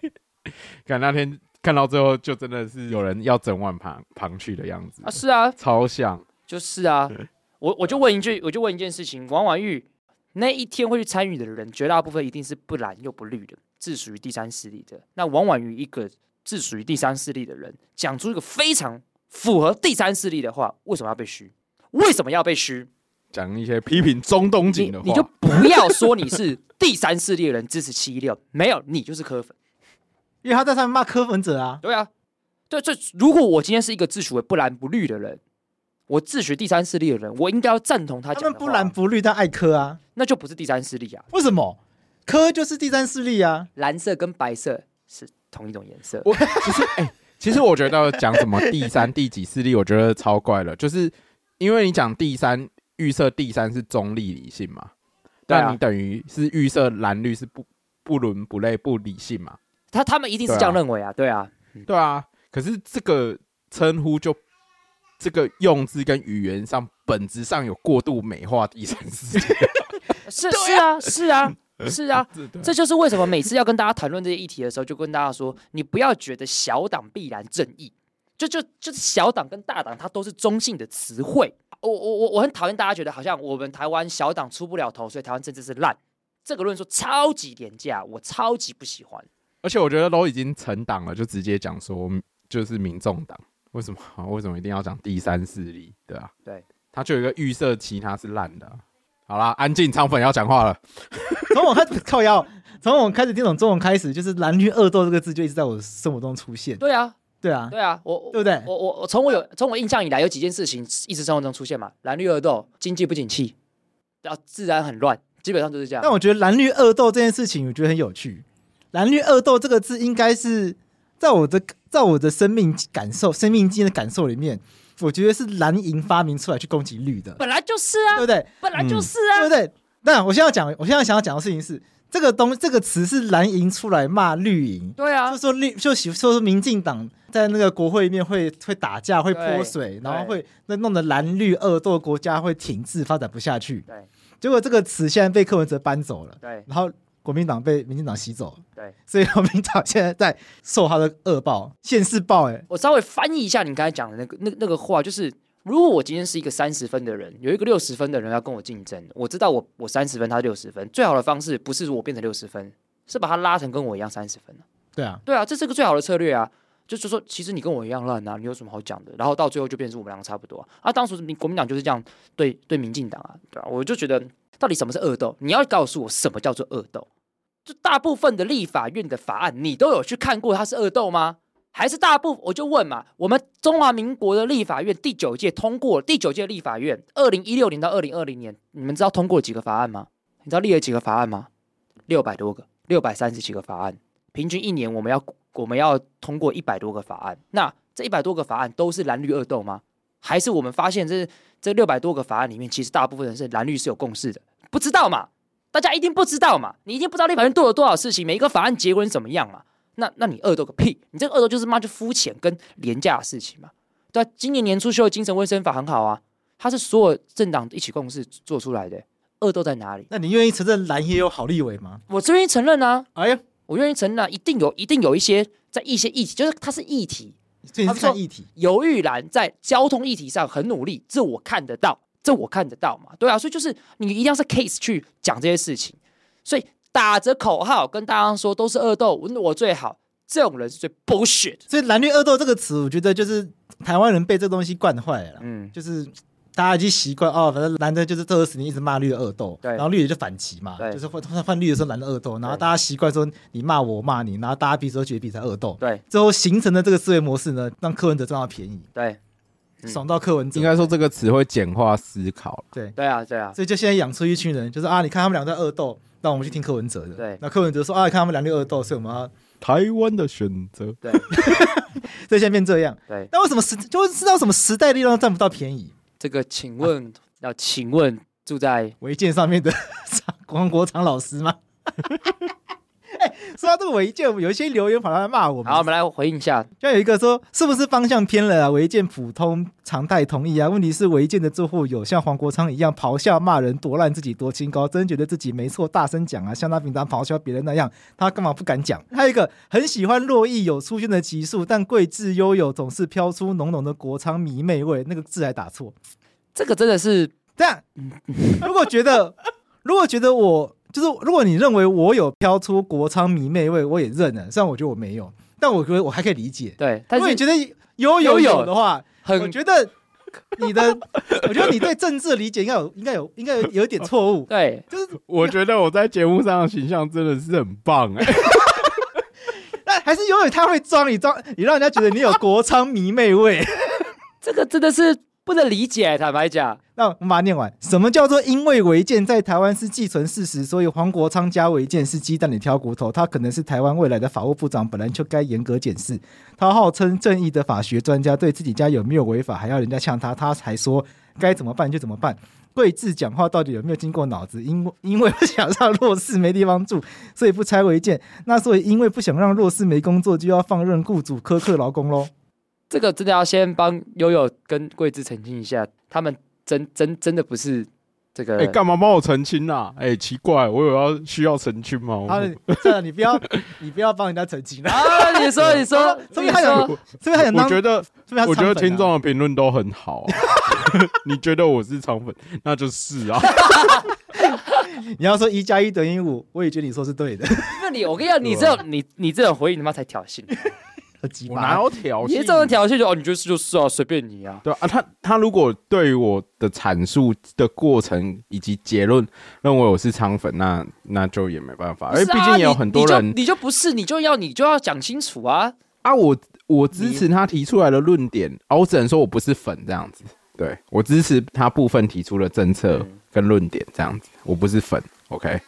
[SPEAKER 3] 看那天看到最后就真的是有人要整碗旁旁去的样子
[SPEAKER 2] 啊，，是啊，
[SPEAKER 3] 超像。
[SPEAKER 2] 就是啊，我我就问一句，我就问一件事情：王婉玉那一天会去参与的人，绝大部分一定是不蓝又不绿的，自属于第三势力的。那王婉玉一个自属于第三势力的人，讲出一个非常符合第三势力的话，为什么要被虚？为什么要被虚？
[SPEAKER 3] 讲一些批评中东
[SPEAKER 2] 你
[SPEAKER 3] 锦的话，
[SPEAKER 2] 你就不要说你是第三势力的人支持七一六，没有你就是柯粉。
[SPEAKER 1] 因为他在上面骂柯粉者啊，
[SPEAKER 2] 对啊，对，这如果我今天是一个自诩为不蓝不绿的人，我自诩第三势力的人，我应该要赞同他
[SPEAKER 1] 他
[SPEAKER 2] 讲
[SPEAKER 1] 们
[SPEAKER 2] 的
[SPEAKER 1] 不
[SPEAKER 2] 话
[SPEAKER 1] 蓝不绿，但爱柯啊，
[SPEAKER 2] 那就不是第三势力啊。
[SPEAKER 1] 为什么？柯就是第三势力啊，
[SPEAKER 2] 蓝色跟白色是同一种颜色。
[SPEAKER 3] 我其实哎、其实我觉得讲什么第三、第几势力，我觉得超怪了，就是因为你讲第三，预设第三是中立理性嘛，
[SPEAKER 2] 对啊
[SPEAKER 3] 但你等于是预设蓝绿是不不伦不类不理性嘛，
[SPEAKER 2] 他他们一定是这样认为啊，对啊，
[SPEAKER 3] 对啊，可是这个称呼就这个用字跟语言上本质上有过度美化第三势 力，
[SPEAKER 2] 是是啊，是啊。 是啊，这就是为什么每次要跟大家谈论这些议题的时候，就跟大家说，你不要觉得小党必然正义，就就就是小党跟大党它都是中性的词汇。我我我我很讨厌大家觉得好像我们台湾小党出不了头，所以台湾政治是烂，这个论述超级廉价，我超级不喜欢。
[SPEAKER 3] 而且我觉得都已经成党了，就直接讲说嗯就是民众党，为什么啊为什么一定要讲第三势力？对啊，
[SPEAKER 2] 对，
[SPEAKER 3] 他就有一个预设，其他是烂的啊。好啦，安静，仓粉要讲话了。
[SPEAKER 1] 从我开始靠腰，从我开始听懂中文开始，就是蓝绿恶斗这个字就一直在我生活中出现。
[SPEAKER 2] 对啊，
[SPEAKER 1] 对啊，
[SPEAKER 2] 对啊，我
[SPEAKER 1] 对不对
[SPEAKER 2] 我我我从我有从我印象以来，有几件事情一直生活中出现嘛，蓝绿恶斗，经济不景气，然后自然很乱，基本上就是这样。
[SPEAKER 1] 但我觉得蓝绿恶斗这件事情，我觉得很有趣。蓝绿恶斗这个字，应该是在我的在我的生命感受、生命经验的感受里面，我觉得是蓝银发明出来去攻击绿的，
[SPEAKER 2] 本来就是
[SPEAKER 1] 对
[SPEAKER 2] 啊
[SPEAKER 1] 不，对？
[SPEAKER 2] 本来就是
[SPEAKER 1] 对
[SPEAKER 2] 啊
[SPEAKER 1] 不，对？但我现在要讲，我现在想要讲的事情是，这个东这个词是蓝营出来骂绿营，
[SPEAKER 2] 对啊
[SPEAKER 1] 就，说绿就喜说民进党在那个国会里面会会打架、会泼水，然后会那弄得蓝绿恶斗，国家会停滞发展不下去。
[SPEAKER 2] 对
[SPEAKER 1] 结果这个词现在被柯文哲搬走了，
[SPEAKER 2] 对
[SPEAKER 1] 然后国民党被民进党吸走了，
[SPEAKER 2] 对。
[SPEAKER 1] 所以国民党现在在受他的恶报、现世报、哎，
[SPEAKER 2] 我稍微翻译一下你刚才讲的那个那那个话，就是如果我今天是一个三十分的人，有一个六十分的人要跟我竞争，我知道我我三十分，他六十分，最好的方式不是我变成六十分，是把他拉成跟我一样三十分啊
[SPEAKER 1] 对啊，
[SPEAKER 2] 对啊，这是个最好的策略啊。就是说，其实你跟我一样烂啊，你有什么好讲的？然后到最后就变成是我们两个差不多啊。啊当时民国民党就是这样对对民进党啊，对吧、我就觉得，到底什么是恶斗？你要告诉我什么叫做恶斗？就大部分的立法院的法案，你都有去看过它是恶斗吗？还是大部我就问嘛，我们中华民国的立法院第九届通过第九届立法院，二零一六年到二零二零年，你们知道通过几个法案吗？你知道立了几个法案吗？六百多个，六百三十几个法案。平均一年我们要我们要通过一百多个法案，那这一百多个法案都是蓝绿恶斗吗？还是我们发现这这六百多个法案里面，其实大部分人是蓝绿是有共识的？不知道嘛？大家一定不知道嘛？你一定不知道立法院做了多少事情，每一个法案结果是怎么样嘛？那那你恶斗个屁！你这个恶斗就是妈就肤浅跟廉价的事情嘛？对啊，今年年初修的精神卫生法很好啊，它是所有政党一起共识做出来的、恶斗在哪里？
[SPEAKER 1] 那你愿意承认蓝也有好立委吗？
[SPEAKER 2] 我这边承认啊，
[SPEAKER 1] 哎呀，
[SPEAKER 2] 我愿意承认、啊，一定有一定有一些在一些议题，就是它是议题。
[SPEAKER 1] 最近
[SPEAKER 2] 他
[SPEAKER 1] 是
[SPEAKER 2] 说
[SPEAKER 1] 看议题，
[SPEAKER 2] 尤玉兰在交通议题上很努力，这我看得到，这我看得到嘛？对啊，所以就是你一定要是 case 去讲这些事情，所以打着口号跟大家说都是恶斗，我最好，这种人是最 bullshit。
[SPEAKER 1] 所以蓝绿恶斗这个词，我觉得就是台湾人被这东西惯坏了啦，
[SPEAKER 2] 嗯，
[SPEAKER 1] 就是大家已经习惯哦，反正蓝的就是这二十年一直骂绿的恶斗，
[SPEAKER 2] 对
[SPEAKER 1] 然后绿的就反击嘛，
[SPEAKER 2] 对
[SPEAKER 1] 就是换换换绿的时候蓝的恶斗，然后
[SPEAKER 2] 对
[SPEAKER 1] 大家习惯说你骂我我骂你，然后大家彼此都觉得彼此在恶斗，
[SPEAKER 2] 对
[SPEAKER 1] 最后形成的这个思维模式呢，让柯文哲占到便宜，
[SPEAKER 2] 对嗯
[SPEAKER 1] 爽到柯文哲，
[SPEAKER 3] 应该说这个词会简化思考了。
[SPEAKER 1] 对，
[SPEAKER 2] 对啊对啊，
[SPEAKER 1] 所以就现在养出一群人，就是啊，你看他们两个在恶斗，那我们去听柯文哲的，
[SPEAKER 2] 对
[SPEAKER 1] 那柯文哲说啊，你看他们两个恶斗，所以我们要，
[SPEAKER 3] 台湾的选择，
[SPEAKER 2] 对
[SPEAKER 1] 所以现在变这样，
[SPEAKER 2] 对，
[SPEAKER 1] 那为什么时就会知道什么时代力量占不到便宜？
[SPEAKER 2] 这个请问要请问住在
[SPEAKER 1] 违建上面的 黄国昌老师吗？ 哎，说到这个违建，有一些留言跑来骂我们
[SPEAKER 2] 好，我，们来回应一下，
[SPEAKER 1] 就有一个说是不是方向偏了啊？违建普通常态同意啊，问题是违建的住户有像黄国昌一样咆哮骂人，多烂自己多清高，真觉得自己没错，大声讲啊，像他平常咆哮别人那样，他干嘛不敢讲？还有一个很喜欢洛邑有出现的集数，但桂枝悠悠总是飘出浓浓的国昌迷妹味，那个字还打错。
[SPEAKER 2] 这个真的是
[SPEAKER 1] 这样， 如果觉得，如果觉得我就是，如果你认为我有飘出国昌迷妹味，我也认了。虽然我觉得我没有，但我觉得我还可以理解。
[SPEAKER 2] 对，
[SPEAKER 1] 如
[SPEAKER 2] 但
[SPEAKER 1] 果你觉
[SPEAKER 2] 是
[SPEAKER 1] 得有有
[SPEAKER 2] 有
[SPEAKER 1] 有的话，我
[SPEAKER 2] 很
[SPEAKER 1] 觉得你的，我觉得你对政治的理解应该有，应该有，应该有有一点错误。
[SPEAKER 2] 对，
[SPEAKER 1] 就是，
[SPEAKER 3] 我觉得我在节目上的形象真的是很棒哎、
[SPEAKER 1] 但还是永远他会装你装，你让人家觉得你有国昌迷妹味。
[SPEAKER 2] 这个真的是不能理解，坦白讲，
[SPEAKER 1] 那我们把它念完。什么叫做因为违建在台湾是既存事实，所以黄国昌加违建是鸡蛋里挑骨头？他可能是台湾未来的法务部长，本来就该严格检视。他号称正义的法学专家，对自己家有没有违法还要人家呛他，他才说该怎么办就怎么办。桂智讲话到底有没有经过脑子？因为因为不想让弱势没地方住，所以不拆违建。那所以因为不想让弱势没工作，就要放任雇主苛刻劳工喽。
[SPEAKER 2] 这个真的要先帮悠悠跟桂枝澄清一下，他们真真真的不是这个
[SPEAKER 3] 哎、干嘛帮我澄清啊？哎、奇怪，我有要需要澄清吗？
[SPEAKER 1] 他
[SPEAKER 3] 我
[SPEAKER 1] 这样你不要你不要帮人家澄清了。
[SPEAKER 2] 啊！你说你说
[SPEAKER 1] 说
[SPEAKER 2] 你
[SPEAKER 1] 明他有
[SPEAKER 2] 说，
[SPEAKER 1] 是不是很
[SPEAKER 3] 我觉得，
[SPEAKER 1] 是不是他是
[SPEAKER 3] 我觉得
[SPEAKER 1] 肠粉啊
[SPEAKER 3] 听众的评论都很好、啊。 你觉得我是肠粉，那就是啊。
[SPEAKER 1] 你要说一加一等于五，我也觉得你说是对的。
[SPEAKER 2] 那你我跟你讲，你这种你你这种回应他妈才挑衅，
[SPEAKER 1] 很鸡
[SPEAKER 3] 我哪
[SPEAKER 1] 巴
[SPEAKER 3] 有挑
[SPEAKER 2] 你这
[SPEAKER 3] 衅？
[SPEAKER 2] 种挑衅就哦，你就是就是啊，随便你啊，
[SPEAKER 3] 对啊，他他如果对我的阐述的过程以及结论认为我是肠粉，那那就也没办法，因
[SPEAKER 2] 不
[SPEAKER 3] 为
[SPEAKER 2] 是
[SPEAKER 3] 毕
[SPEAKER 2] 啊
[SPEAKER 3] 竟也有
[SPEAKER 2] 你
[SPEAKER 3] 很多
[SPEAKER 2] 你
[SPEAKER 3] 人
[SPEAKER 2] 就你就不是，你就要你就要讲清楚啊！
[SPEAKER 3] 啊，我我支持他提出来的论点啊，我只能说我不是粉这样子，对我支持他部分提出的政策
[SPEAKER 2] 嗯
[SPEAKER 3] 跟论点这样子，我不是粉，OK，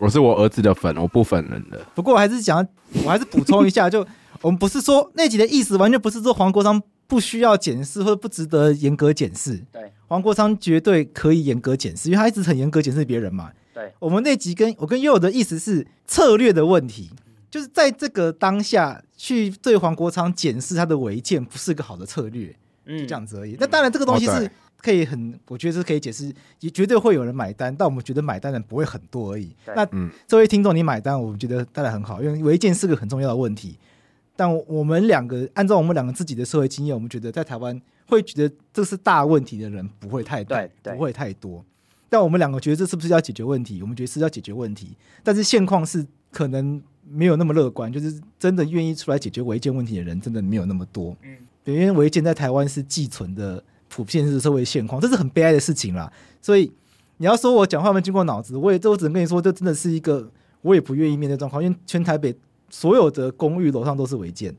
[SPEAKER 3] 我是我儿子的粉，我不粉人的，
[SPEAKER 1] 不过我还是想要，我还是补充一下， 就我们不是说那集的意思，完全不是说黄国昌不需要检视或不值得严格检视。
[SPEAKER 2] 对，
[SPEAKER 1] 黄国昌绝对可以严格检视，因为他一直很严格检视别人嘛。
[SPEAKER 2] 对，
[SPEAKER 1] 我们那集跟我跟悠悠的意思是策略的问题，就是在这个当下去对黄国昌检视他的违建，不是个好的策略。
[SPEAKER 2] 嗯
[SPEAKER 1] 就这样子而已。那当然，这个东西
[SPEAKER 3] 哦
[SPEAKER 1] 是
[SPEAKER 3] 对
[SPEAKER 1] 可以很，我觉得是可以解释，也绝对会有人买单，但我们觉得买单的人不会很多而已。
[SPEAKER 2] 对
[SPEAKER 1] 那
[SPEAKER 3] 嗯
[SPEAKER 1] 这位听众你买单，我们觉得当然很好，因为违建是个很重要的问题。但我我们两个按照我们两个自己的社会经验，我们觉得在台湾会觉得这是大问题的人不会太多
[SPEAKER 2] 对，对
[SPEAKER 1] 不会太多。但我们两个觉得这是不是要解决问题？我们觉得是要解决问题，但是现况是可能没有那么乐观，就是真的愿意出来解决违建问题的人真的没有那么多。
[SPEAKER 2] 嗯
[SPEAKER 1] 对，因为违建在台湾是寄存的普遍是社会现况，这是很悲哀的事情啦。所以你要说我讲话没经过脑子，我也这我只能跟你说，这真的是一个我也不愿意面对状况，因为全台北所有的公寓楼上都是违建。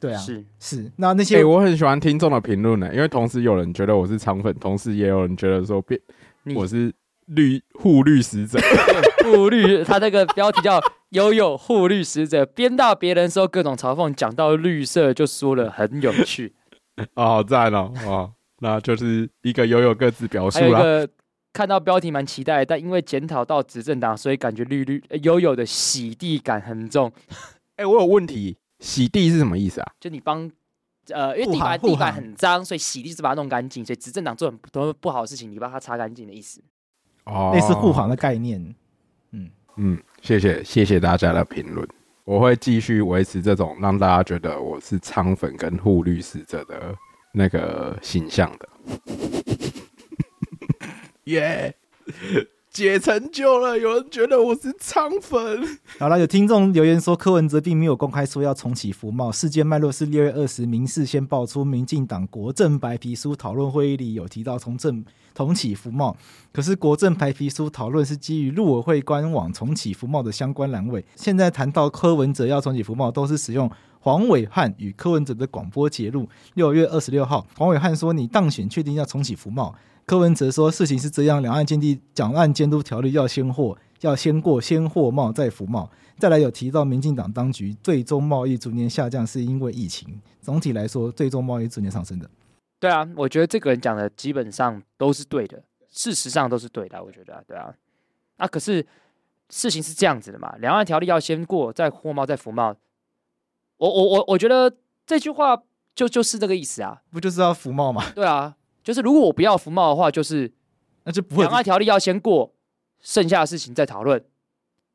[SPEAKER 1] 对啊，
[SPEAKER 2] 是
[SPEAKER 1] 是那那
[SPEAKER 3] 哎、
[SPEAKER 1] 些、
[SPEAKER 3] 我很喜欢听众的评论呢，因为同时有人觉得我是肠粉，同时也有人觉得说变
[SPEAKER 2] 你
[SPEAKER 3] 我是律护律使者，
[SPEAKER 2] 护律，他那个标题叫“悠悠护律使者”，编到别人说各种嘲讽，讲到绿色就说了很有趣。
[SPEAKER 3] 啊，好赞哦，啊，那就是一个悠悠各自表述
[SPEAKER 2] 还有一
[SPEAKER 3] 啦。
[SPEAKER 2] 个看到标题蛮期待的，但因为检讨到执政党，所以感觉绿绿呃悠悠的洗地感很重。
[SPEAKER 3] 哎、我有问题，洗地是什么意思啊？
[SPEAKER 2] 就你帮呃，因为
[SPEAKER 1] 护
[SPEAKER 2] 地
[SPEAKER 1] 航
[SPEAKER 2] 板
[SPEAKER 1] 护
[SPEAKER 2] 地板
[SPEAKER 1] 航
[SPEAKER 2] 很脏，所以洗地是把它弄干净，所以执政党做很多不好的事情，你帮他擦干净的意思。
[SPEAKER 3] 哦
[SPEAKER 1] 类似护。航的概念，
[SPEAKER 3] 嗯，谢谢谢谢大家的评论，我会继续维持这种让大家觉得我是仓粉跟护律使者的那 个形象的。耶、解成就了，有人觉得我是仓粉，
[SPEAKER 1] 好了，有听众留言说，柯文哲并没有公开说要重启服贸。事件脉络是六月二十，民事先爆出民进党国政白皮书讨论会议里有提到重政重启服贸，可是国政白皮书讨论是基于陆委会官网重启服贸的相关栏位。现在谈到柯文哲要重启服贸，都是使用黄伟汉与柯文哲的广播节录。六月二十六号，黄伟汉说：“你当选，确定要重启服贸。”柯文哲说：“事情是这样，两岸监地两岸监督条例要先获，要先过先货贸再服贸。再来有提到，民进党当局最终贸易逐年下降，是因为疫情。总体来说，最终贸易逐年上升的。
[SPEAKER 2] 对啊，我觉得这个人讲的基本上都是对的，事实上都是对的啊，我觉得啊、对啊。啊，可是事情是这样子的嘛，两岸条例要先过，再货贸，再服贸。我我我我觉得这句话就就是这个意思啊，
[SPEAKER 1] 不就是要服贸嘛？
[SPEAKER 2] 对啊，就是如果我不要服贸的话，就是
[SPEAKER 1] 那就不会
[SPEAKER 2] 两。岸条例要先过，剩下的事情再讨论，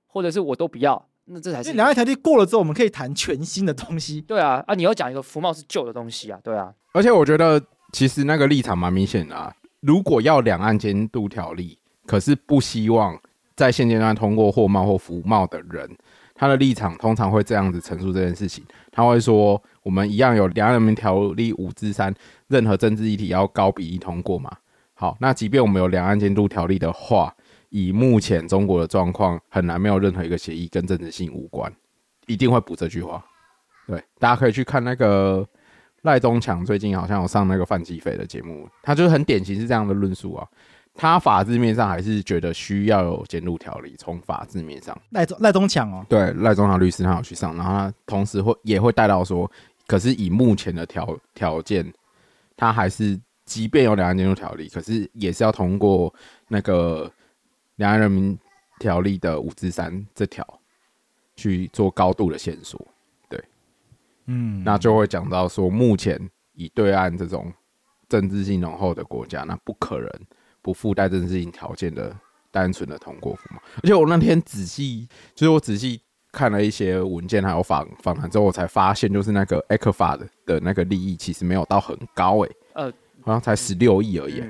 [SPEAKER 2] 或者是我都不要，那这才
[SPEAKER 1] 因
[SPEAKER 2] 是
[SPEAKER 1] 为两岸条例过了之后，我们可以谈全新的东西。
[SPEAKER 2] 对啊啊！你要讲一个服贸是旧的东西啊，对啊，
[SPEAKER 3] 而且我觉得其实那个立场蛮明显的、啊。如果要两岸监督条例，可是不希望在现阶段通过货贸或服贸的人，他的立场通常会这样子陈述这件事情。他会说，我们一样有两岸人民条例五至三，任何政治议题要高比例通过嘛。好，那即便我们有两岸监督条例的话，以目前中国的状况，很难没有任何一个协议跟政治性无关，一定会补这句话。对，大家可以去看那个赖中强最近好像有上那个范吉斐的节目，他就是很典型是这样的论述啊。他法制面上还是觉得需要有监督条例，从法制面上，
[SPEAKER 1] 赖中赖中强哦，
[SPEAKER 3] 对赖中强律师他有去上，然后他同时会也会带到说，可是以目前的条条件，他还是即便有两岸监督条例，可是也是要通过那个两岸人民条例的五至三这条去做高度的线索。
[SPEAKER 1] 嗯，
[SPEAKER 3] 那就会讲到说，目前以对岸这种政治性浓厚的国家，那不可能不附带政治性条件的单纯的通过服嘛。而且我那天仔细，就是我仔细看了一些文件还有访访谈之后，我才发现，就是那个 ECFA 的的那个利益其实没有到很高诶、
[SPEAKER 2] 呃，
[SPEAKER 3] 好像才十六亿
[SPEAKER 1] 啊
[SPEAKER 3] 而已、
[SPEAKER 2] 嗯，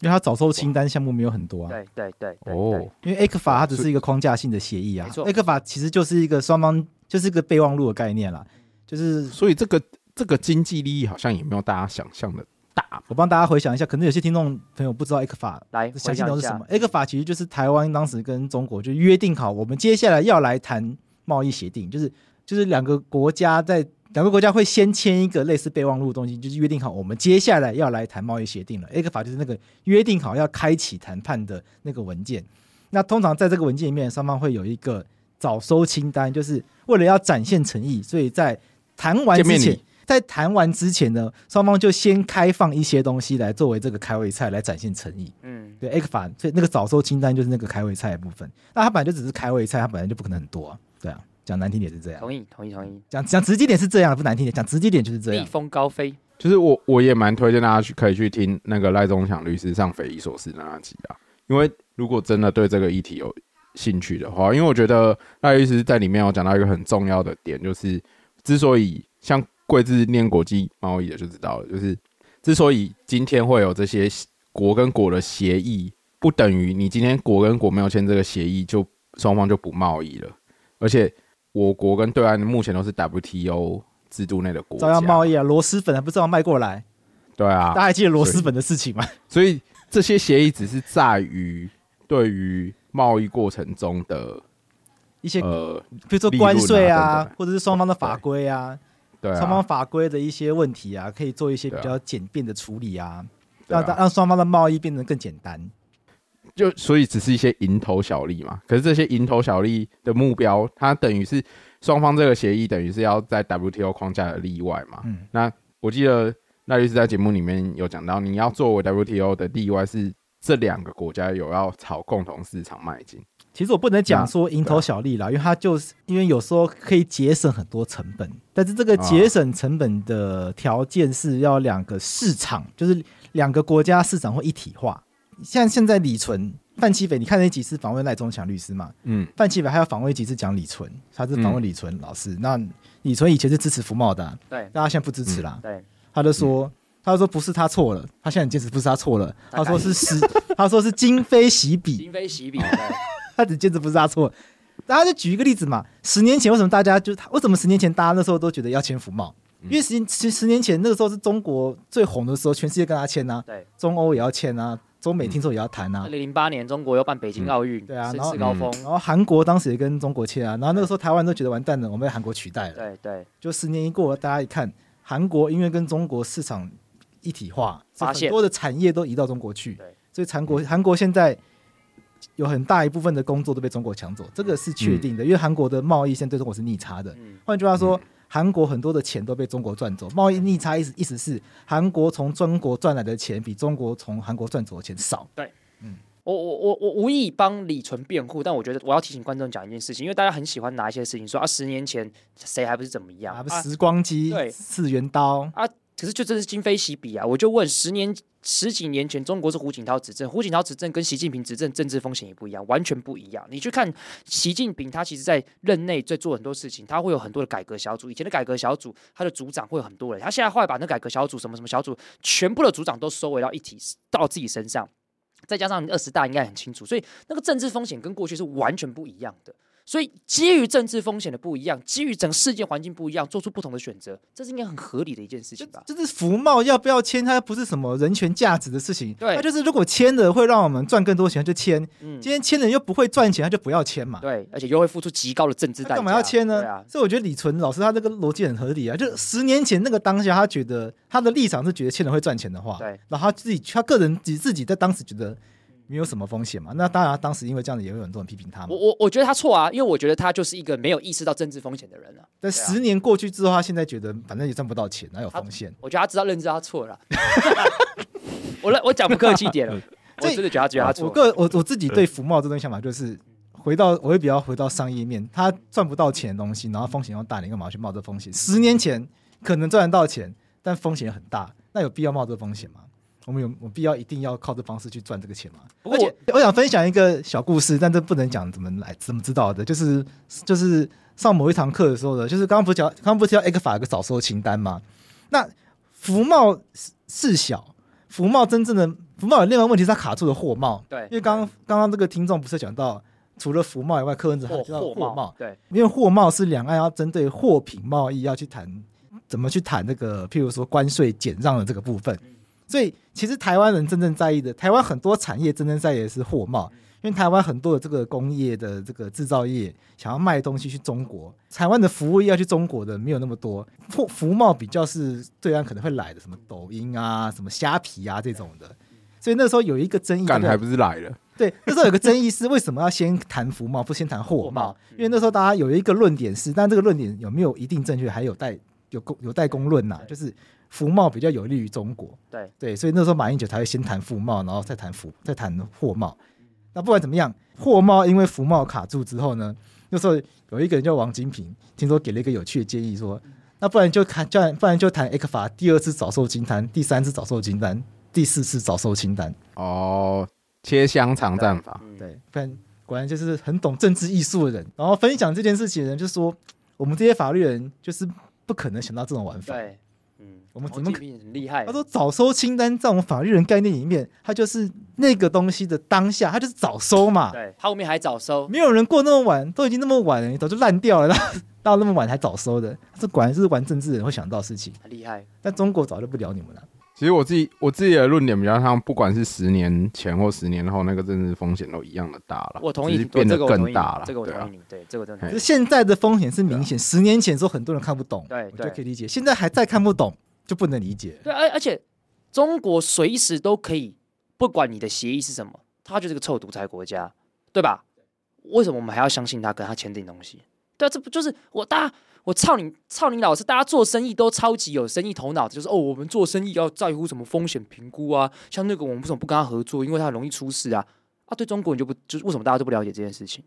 [SPEAKER 1] 因为他早收清单项目没有很多啊。
[SPEAKER 2] 对对对对
[SPEAKER 3] 哦
[SPEAKER 2] 对，，
[SPEAKER 1] 因为 A 克法它只是一个框架性的协议啊
[SPEAKER 2] 没错
[SPEAKER 1] ，A 克法其实就是一个双方就是一个备忘录的概念啦，就是
[SPEAKER 3] 所以这个这个经济利益好像也没有大家想象的大。
[SPEAKER 1] 我帮大家回想一下，可能有些听众朋友不知道 A 克法
[SPEAKER 2] 来
[SPEAKER 1] 详
[SPEAKER 2] 回
[SPEAKER 1] 细内
[SPEAKER 2] 想
[SPEAKER 1] 容
[SPEAKER 2] 一
[SPEAKER 1] 是什
[SPEAKER 2] 下
[SPEAKER 1] 么。A 哎克法其实就是台湾当时跟中国就约定好，我们接下来要来谈贸易协定，就是就是两个国家在两个国家会先签一个类似备忘录的东西，就是约定好我们接下来要来谈贸易协定了。A 克法就是那个约定好要开启谈判的那个文件。那通常在这个文件里面，双方会有一个早收清单，就是为了要展现诚意，所以在谈完之
[SPEAKER 3] 见面
[SPEAKER 1] 前
[SPEAKER 3] 礼，
[SPEAKER 1] 在谈完之前呢，双方就先开放一些东西来作为这个开胃菜来展现诚意。
[SPEAKER 2] 嗯，
[SPEAKER 1] 对 e g 法，所以那个早收清单就是那个开胃菜的部分。那它本来就只是开胃菜，它本来就不可能很多、啊。对啊，讲难听点是这样，
[SPEAKER 2] 同意同意同意，
[SPEAKER 1] 讲讲直接点是这样，不难听点讲直接点就是这
[SPEAKER 2] 逆
[SPEAKER 1] 样。
[SPEAKER 2] 风高飞，
[SPEAKER 3] 就是我我也蛮推荐大家去可以去听那个赖中祥律师上匪夷所思那集啊，因为如果真的对这个议题有兴趣的话，因为我觉得赖律师在里面有讲到一个很重要的点，就是之所以像贵志念国际贸易的就知道了，就是之所以今天会有这些国跟国的协议，不等于你今天国跟国没有签这个协议，就双方就不贸易了，而且我国跟对岸目前都是 WTO 制度内的国家，
[SPEAKER 1] 照样贸易啊，螺蛳粉还不照样卖过来？
[SPEAKER 3] 对啊，
[SPEAKER 1] 大家还记得螺蛳粉的事情吗？
[SPEAKER 3] 所以这些协议只是在于对于贸易过程中的
[SPEAKER 1] 一些
[SPEAKER 3] 呃，
[SPEAKER 1] 比如说
[SPEAKER 3] 利
[SPEAKER 1] 关
[SPEAKER 3] 润啊
[SPEAKER 1] 税
[SPEAKER 3] 等
[SPEAKER 1] 啊
[SPEAKER 3] 等，
[SPEAKER 1] 或者是双方的法规啊，
[SPEAKER 3] 对
[SPEAKER 1] 双方
[SPEAKER 3] 啊，
[SPEAKER 1] 法规的一些问题啊，可以做一些比
[SPEAKER 3] 对啊
[SPEAKER 1] 较简便的处理啊，
[SPEAKER 3] 对啊
[SPEAKER 1] 让大让双方的贸易变得更简单。
[SPEAKER 3] 就所以只是一些蝇头小利嘛。可是这些蝇头小利的目标，它等于是双方这个协议等于是要在 WTO 框架的例外嘛。
[SPEAKER 1] 嗯
[SPEAKER 3] 那我记得赖律师在节目里面有讲到，你要作为 WTO 的例外是这两个国家有要朝共同市场迈进。
[SPEAKER 1] 其实我不能讲
[SPEAKER 2] 嗯
[SPEAKER 3] 那
[SPEAKER 1] 说蝇头小利啦，因为它就是因为有时候可以节省很多成本，但是这
[SPEAKER 2] 啊
[SPEAKER 1] 个节省成本的条件是要两个市场，就是两个国家市场会一体化。像现在李纯、范七斐，你看那几次访问赖中强律师嘛？
[SPEAKER 3] 嗯，
[SPEAKER 1] 范七斐还有访问几次讲李纯，他是访问李
[SPEAKER 2] 嗯
[SPEAKER 1] 纯老师。那李纯以前是支持福茂的啊、
[SPEAKER 2] 对嗯
[SPEAKER 1] 那他现在不支持啦。
[SPEAKER 2] 对，
[SPEAKER 1] 他就说，他说不是他错了，他现在很坚持不是他错了，
[SPEAKER 2] 嗯大概
[SPEAKER 1] 他说是是，他说是今非昔比，
[SPEAKER 2] 今非昔 比。
[SPEAKER 1] 他只坚持不是他错了。大家就举一个例子嘛，十年前为什么大家就为什么十年前大家那时候都觉得要签服贸？因为十其实十年前那个时候是中国最红的时候，全世界跟他签呐、啊，
[SPEAKER 2] 对，
[SPEAKER 1] 中欧也要签啊，中美听说也要谈啊
[SPEAKER 2] 二，零零八年中国又办北京奥运，
[SPEAKER 1] 对啊
[SPEAKER 2] 声
[SPEAKER 1] 然后
[SPEAKER 2] 势高峰。
[SPEAKER 1] 然后韩国当时也跟中国签啊，然后那个时候台湾都觉得完蛋了，我们被韩国取代了。
[SPEAKER 2] 对对，
[SPEAKER 1] 就十年一过，大家一看，韩国因为跟中国市场一体化，所以
[SPEAKER 2] 发现
[SPEAKER 1] 很多的产业都移到中国去
[SPEAKER 2] 对，
[SPEAKER 1] 所以韩国韩国现在有很大一部分的工作都被中国抢走，这个是确定的，因为韩国的贸易现在对中国是逆差的。
[SPEAKER 2] 嗯，
[SPEAKER 1] 换句话说，韩国很多的钱都被中国赚走，贸易逆差意思意思是韩国从中国赚来的钱比中国从韩国赚走的钱少。
[SPEAKER 2] 我我我我无意帮李纯辩护，但我觉得我要提醒观众讲一件事情，因为大家很喜欢拿一些事情说啊，十年前谁还不是怎么样
[SPEAKER 1] 啊，不是时光机、
[SPEAKER 2] 对
[SPEAKER 1] 次元刀，
[SPEAKER 2] 可是就真的是今非昔比啊！我就问，十年十几年前，中国是胡锦涛执政，胡锦涛执政跟习近平执政政治风险也不一样，完全不一样。你去看习近平，他其实在任内在做很多事情，他会有很多的改革小组。以前的改革小组，他的组长会有很多人，他现在后来把那改革小组什么什么小组，全部的组长都收回到一体，到自己身上。再加上二十大应该很清楚，所以那个政治风险跟过去是完全不一样的。所以基于政治风险的不一样，基于整个世界环境不一样，做出不同的选择，这是应该很合理的一件事情吧？
[SPEAKER 1] 就是服贸要不要签，它不是什么人权价值的事情。
[SPEAKER 2] 对
[SPEAKER 1] 它就是如果签了会让我们赚更多钱，就签；
[SPEAKER 2] 嗯
[SPEAKER 1] 今天签了又不会赚钱，他就不要签嘛。
[SPEAKER 2] 对，而且又会付出极高的政治
[SPEAKER 1] 他
[SPEAKER 2] 代价。
[SPEAKER 1] 干嘛要签呢？
[SPEAKER 2] 对啊，
[SPEAKER 1] 所以我觉得李纯老师他这个逻辑很合理啊。就十年前那个当下，他觉得他的立场是觉得签了会赚钱的话，
[SPEAKER 2] 对，
[SPEAKER 1] 然后他自己他个人自己自己在当时觉得没有什么风险嘛。那当然，当时因为这样子也有很多人批评他嘛
[SPEAKER 2] 我。我我觉得他错啊，因为我觉得他就是一个没有意识到政治风险的人啊。
[SPEAKER 1] 但
[SPEAKER 2] 对啊
[SPEAKER 1] 十年过去之后，他现在觉得反正也赚不到钱，哪有
[SPEAKER 2] 他
[SPEAKER 1] 风险？
[SPEAKER 2] 我觉得他知道认知到他错了啊。 我认我讲不客气一点了，我
[SPEAKER 1] 这
[SPEAKER 2] 真的觉得他觉得他
[SPEAKER 1] 我
[SPEAKER 2] 错。
[SPEAKER 1] 个我我自己对福茂这东西想法就是，回到我会比较回到商业面，他赚不到钱的东西，然后风险又大，你干嘛去冒这风险？十年前可能赚得到钱，但风险很大，那有必要冒这风险吗？我们有有必要一定要靠这方式去赚这个钱吗？
[SPEAKER 2] 不
[SPEAKER 1] 而
[SPEAKER 2] 过
[SPEAKER 1] 且我想分享一个小故事，但这不能讲怎么来怎么知道的，就是就是上某一堂课的时候呢，就是刚刚不是讲，刚刚不是提到 A 克法有个早收清单吗？那福茂是是小，福茂真正的福茂有另外一个问题是它卡住了货贸，
[SPEAKER 2] 对
[SPEAKER 1] 因为刚刚刚刚这个听众不是讲到，除了福茂以外，柯文哲还
[SPEAKER 2] 货
[SPEAKER 1] 提到
[SPEAKER 2] 货
[SPEAKER 1] 哦货贸
[SPEAKER 2] 贸，对
[SPEAKER 1] 因为货贸是两岸要针对货品贸易要去谈，怎么去谈这个，譬如说关税减让的这个部分。所以其实台湾人真正在意的，台湾很多产业真正在意的是货贸，因为台湾很多的这个工业的这个制造业想要卖东西去中国，台湾的服务业要去中国的没有那么多，服服贸比较是对岸可能会来的，什么抖音啊、什么虾皮啊这种的。所以那时候有一个争议，
[SPEAKER 3] 干
[SPEAKER 1] 对
[SPEAKER 3] 还不是来了？
[SPEAKER 1] 对，那时候有个争议是为什么要先谈服贸，不先谈货
[SPEAKER 2] 货嗯
[SPEAKER 1] 贸
[SPEAKER 2] 贸？
[SPEAKER 1] 因为那时候大家有一个论点是，但这个论点有没有一定正确，还有待有公有待公论呐、就
[SPEAKER 2] 对
[SPEAKER 1] 是服贸比较有利于中国，
[SPEAKER 2] 对
[SPEAKER 1] 对，所以那时候马英九才会先谈服贸，然后再谈服再谈货贸。
[SPEAKER 2] 嗯
[SPEAKER 1] 那不管怎么样，货贸因为服贸卡住之后呢，那时候有一个人叫王金平，听说给了一个有趣的建议
[SPEAKER 2] 嗯
[SPEAKER 1] 说，那不然就谈，不然不然就谈 A 克法第二次早售清单，第三次早售清单，第四次早售清单。
[SPEAKER 3] 哦，切香肠战法，
[SPEAKER 1] 啊
[SPEAKER 2] 嗯
[SPEAKER 1] 对，不然果然就是很懂政治艺术的人。然后分享这件事情的人就说，我们这些法律人就是不可能想到这种玩法。
[SPEAKER 2] 对，嗯，
[SPEAKER 1] 我们
[SPEAKER 2] 王
[SPEAKER 1] 怎么
[SPEAKER 2] 金平很厉害
[SPEAKER 1] 他？说早收清单在我们法律人概念里面，它就是那个东西的当下，它就是早收嘛。
[SPEAKER 2] 对，他后面还早收，
[SPEAKER 1] 没有人过那么晚，都已经那么晚了，你早就烂掉了， 哪哪有那么晚还早收的？这果然是玩政治的人会想到的事情。
[SPEAKER 2] 很厉害。
[SPEAKER 1] 但中国早就不聊你们了。
[SPEAKER 3] 其实我自己我自己的论点比较像，不管是十年前或十年后，那个政治风险都一样的大了。
[SPEAKER 2] 我同意
[SPEAKER 3] 只是
[SPEAKER 2] 你，
[SPEAKER 3] 变得
[SPEAKER 2] 这个我同意
[SPEAKER 3] 更
[SPEAKER 2] 你
[SPEAKER 3] 大了。
[SPEAKER 2] 这个我
[SPEAKER 3] 对啊
[SPEAKER 2] 同意你，对，这个我真的同
[SPEAKER 1] 就
[SPEAKER 2] 意
[SPEAKER 1] 是现在的风险是明显，十年前的时候很多人看不懂，
[SPEAKER 2] 对
[SPEAKER 1] 我就
[SPEAKER 2] 对
[SPEAKER 1] 可以理解。现在还在看不懂，就不能理解。
[SPEAKER 2] 对，而而且中国随时都可以，不管你的协议是什么，它就是个臭独裁国家，对吧？为什么我们还要相信他，跟他签订东西？对啊，这不就是我大家我操你操你老师，大家做生意都超级有生意头脑，就是哦，我们做生意要在乎什么风险评估啊，像那个我们为什么不跟他合作，因为他容易出事啊啊！对中国你就不就是为什么大家都不了解这件事情？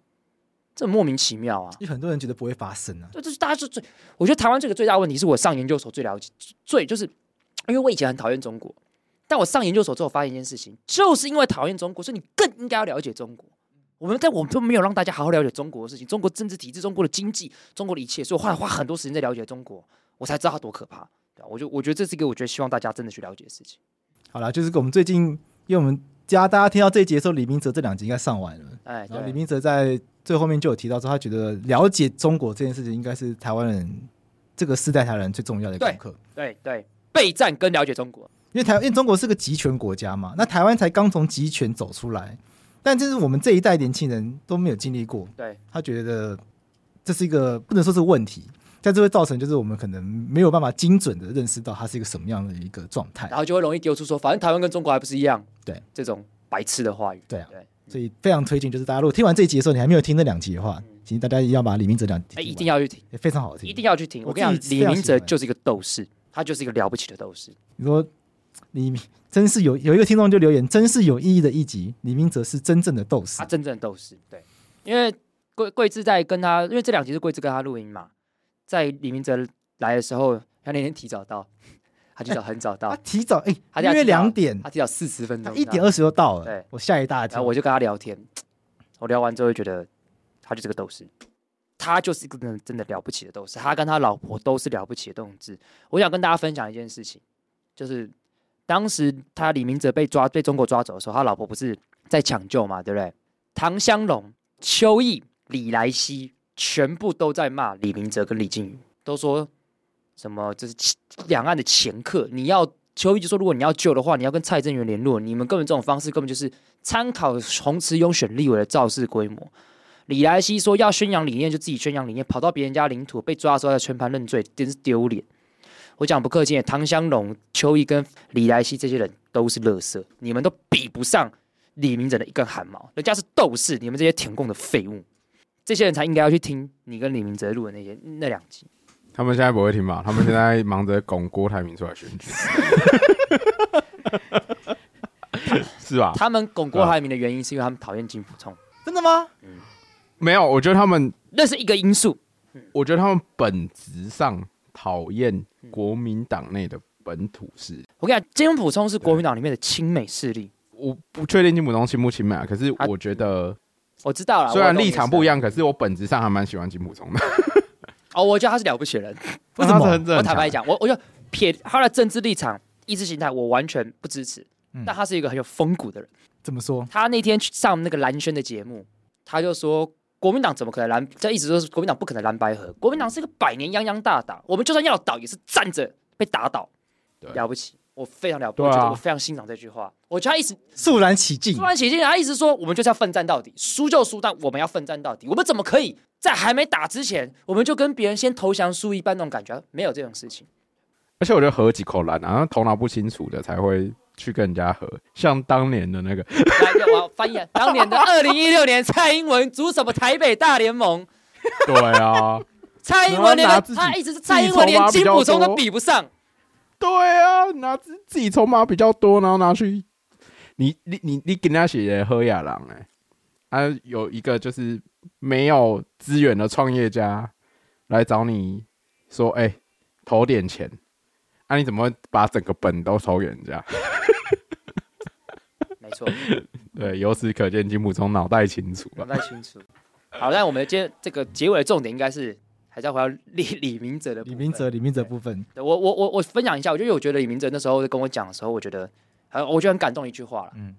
[SPEAKER 2] 这很莫名其妙啊！
[SPEAKER 1] 有很多人觉得不会发生啊。
[SPEAKER 2] 对，就是大家就最，我觉得台湾这个最大问题是我上研究所最了解，最就是因为我以前很讨厌中国，但我上研究所之后发现一件事情，就是因为讨厌中国，所以你更应该要了解中国。我们在我们都没有让大家好好了解中国的事情，中国政治体制、中国的经济、中国的一切，所以我后来花很多时间在了解中国，我才知道它多可怕。对啊我就我觉得这是一个我觉得希望大家真的去了解的事情。
[SPEAKER 1] 好啦，就是我们最近，因为我们家大家听到这一集的时候，李明哲这两集应该上完了。
[SPEAKER 2] 哎，
[SPEAKER 1] 然后
[SPEAKER 2] 对
[SPEAKER 1] 李明哲在最后面就有提到说，他觉得了解中国这件事情应该是台湾人这个世代台湾人最重要的功课，
[SPEAKER 2] 对对，备战跟了解中国，
[SPEAKER 1] 因为台因为中国是个集权国家嘛，那台湾才刚从集权走出来，但这是我们这一代年轻人都没有经历过，
[SPEAKER 2] 对
[SPEAKER 1] 他觉得这是一个不能说是问题。但这会造成就是我们可能没有办法精准的认识到它是一个什么样的一个状态
[SPEAKER 2] 然，后就会容易丢出说，反正台湾跟中国还不是一样，
[SPEAKER 1] 对
[SPEAKER 2] 这种白痴的话语。
[SPEAKER 1] 对啊，
[SPEAKER 2] 对，
[SPEAKER 1] 所以非常推荐，就是大家如果听完这一集的时候，你还没有听那两集的话，请大家一定要把李明哲两集
[SPEAKER 2] 嗯哎，
[SPEAKER 1] 听
[SPEAKER 2] 一
[SPEAKER 1] 完
[SPEAKER 2] 定要去听，
[SPEAKER 1] 也非常好听。
[SPEAKER 2] 一定要去听。
[SPEAKER 1] 我
[SPEAKER 2] 我跟你
[SPEAKER 1] 自己
[SPEAKER 2] 讲，李
[SPEAKER 1] 非常
[SPEAKER 2] 明
[SPEAKER 1] 喜欢
[SPEAKER 2] 哲就是一个斗士，他就是一个了不起的斗士。
[SPEAKER 1] 你说李明真是有有一个听众就留言，真是有意义的一集。李明哲是真正的斗士
[SPEAKER 2] 他，真正的斗士，对，因为桂桂志在跟他，因为这两集是桂志跟他录音嘛，在李明哲来的时候，他那天提早到，他提早很 早到
[SPEAKER 1] 他，提早哎，
[SPEAKER 2] 他提
[SPEAKER 1] 约
[SPEAKER 2] 早
[SPEAKER 1] 两点，
[SPEAKER 2] 他提早四十分
[SPEAKER 1] 他
[SPEAKER 2] 钟，
[SPEAKER 1] 一点二，十就到了
[SPEAKER 2] 对，
[SPEAKER 1] 我吓一大
[SPEAKER 2] 然
[SPEAKER 1] 跳
[SPEAKER 2] 后。我就跟他聊天，我聊完之后就觉得他就是个斗士，他就是一个真的真的了不起的斗士，他跟他老婆都是了不起的斗志。我想跟大家分享一件事情，就是当时他李明哲被抓被中国抓走的时候，他老婆不是在抢救嘛，对不对？唐湘龙、邱毅、李莱西全部都在骂李明哲跟李靖宇，都说什么这是其两岸的掮客，你要。邱毅就说：“如果你要救的话，你要跟蔡正元联络。你们根本这种方式根本就是参考洪慈庸选立委的造势规模。李莱西说要宣扬理念就自己宣扬理念，跑到别人家领土被抓的时候要全盘认罪，真是丢脸。我讲不客气，唐湘龙、邱毅跟李莱西这些人都是垃圾，你们都比不上李明哲的一根汗毛，人家是斗士，你们这些舔共的废物，这些人才应该要去听你跟李明哲录的那些那两集。
[SPEAKER 3] 他们现在不会听吧？他们现在忙着拱郭台铭出来选举， 是吧？
[SPEAKER 2] 他们巩固台民的原因是因为他们讨厌金溥聪，
[SPEAKER 1] 真的吗？
[SPEAKER 3] 没有，我觉得他们，
[SPEAKER 2] 那是一个因素。
[SPEAKER 3] 我觉得他们本质上讨厌国民党内的本土势力。
[SPEAKER 2] 我跟你讲，金溥聪是国民党里面的亲美势力，
[SPEAKER 3] 我不确定金溥聪亲不亲美啊，可是
[SPEAKER 2] 啊
[SPEAKER 3] 我觉得
[SPEAKER 2] 我知道了。
[SPEAKER 3] 虽
[SPEAKER 2] 我
[SPEAKER 3] 然
[SPEAKER 2] 懂
[SPEAKER 3] 立
[SPEAKER 2] 你的
[SPEAKER 3] 场
[SPEAKER 2] 意
[SPEAKER 3] 不一
[SPEAKER 2] 思啊
[SPEAKER 3] 样，可是我本质上还蛮喜欢金溥聪的。
[SPEAKER 2] 哦，我觉得他是了不起的人。
[SPEAKER 1] 为什么
[SPEAKER 3] 他是很正
[SPEAKER 2] 我
[SPEAKER 3] 常
[SPEAKER 2] 坦白讲，我我就撇他的政治立场、意识形态，我完全不支持。
[SPEAKER 1] 嗯
[SPEAKER 2] 但他是一个很有风骨的人。
[SPEAKER 1] 怎么说？
[SPEAKER 2] 他那天去上那个蓝轩的节目，他就说国民党怎么可能蓝？这一直都是国民党不可能蓝白合，国民党是一个百年泱泱大党，我们就算要倒也是站着被打倒
[SPEAKER 3] 对，
[SPEAKER 2] 了不起。我非常了不起，
[SPEAKER 3] 对啊
[SPEAKER 2] 我觉得我非常欣赏这句话。我觉得他一直
[SPEAKER 1] 肃然起敬
[SPEAKER 2] 突，然起劲，他一直说我们就是要奋战到底，输就输，但我们要奋战到底。我们怎么可以在还没打之前，我们就跟别人先投降输一半那种感觉？没有这种事情。
[SPEAKER 3] 而且我觉得合几口烂啊，然后头脑不清楚的才会去跟人家合。像当年的那个，
[SPEAKER 2] 来，我要翻译啊当 年的二零一六年，蔡英文组什么台北大联盟？
[SPEAKER 3] 对啊，
[SPEAKER 2] 蔡英文连个
[SPEAKER 3] 然后拿自己
[SPEAKER 2] 他一直是蔡英文连金普聪都比不上，
[SPEAKER 3] 对啊，拿自自己筹码比较多，然后拿去你你你你给人家写喝亚郎哎，啊有一个就是没有资源的创业家来找你说，哎、投点钱，啊你怎么会把整个本都投给人家？
[SPEAKER 2] 没错，
[SPEAKER 3] 对，由此可见金溥聪脑袋清楚
[SPEAKER 2] 不
[SPEAKER 3] 了。
[SPEAKER 2] 太清楚。好，那我们今天这个结尾的重点应该是还是要回到李李明哲的部
[SPEAKER 1] 李
[SPEAKER 2] 分
[SPEAKER 1] 明哲，李明哲部分，
[SPEAKER 2] 对我我我我分享一下，我就有觉得李明哲那时候跟我讲的时候，我觉得很我觉得很感动一句话了，
[SPEAKER 1] 嗯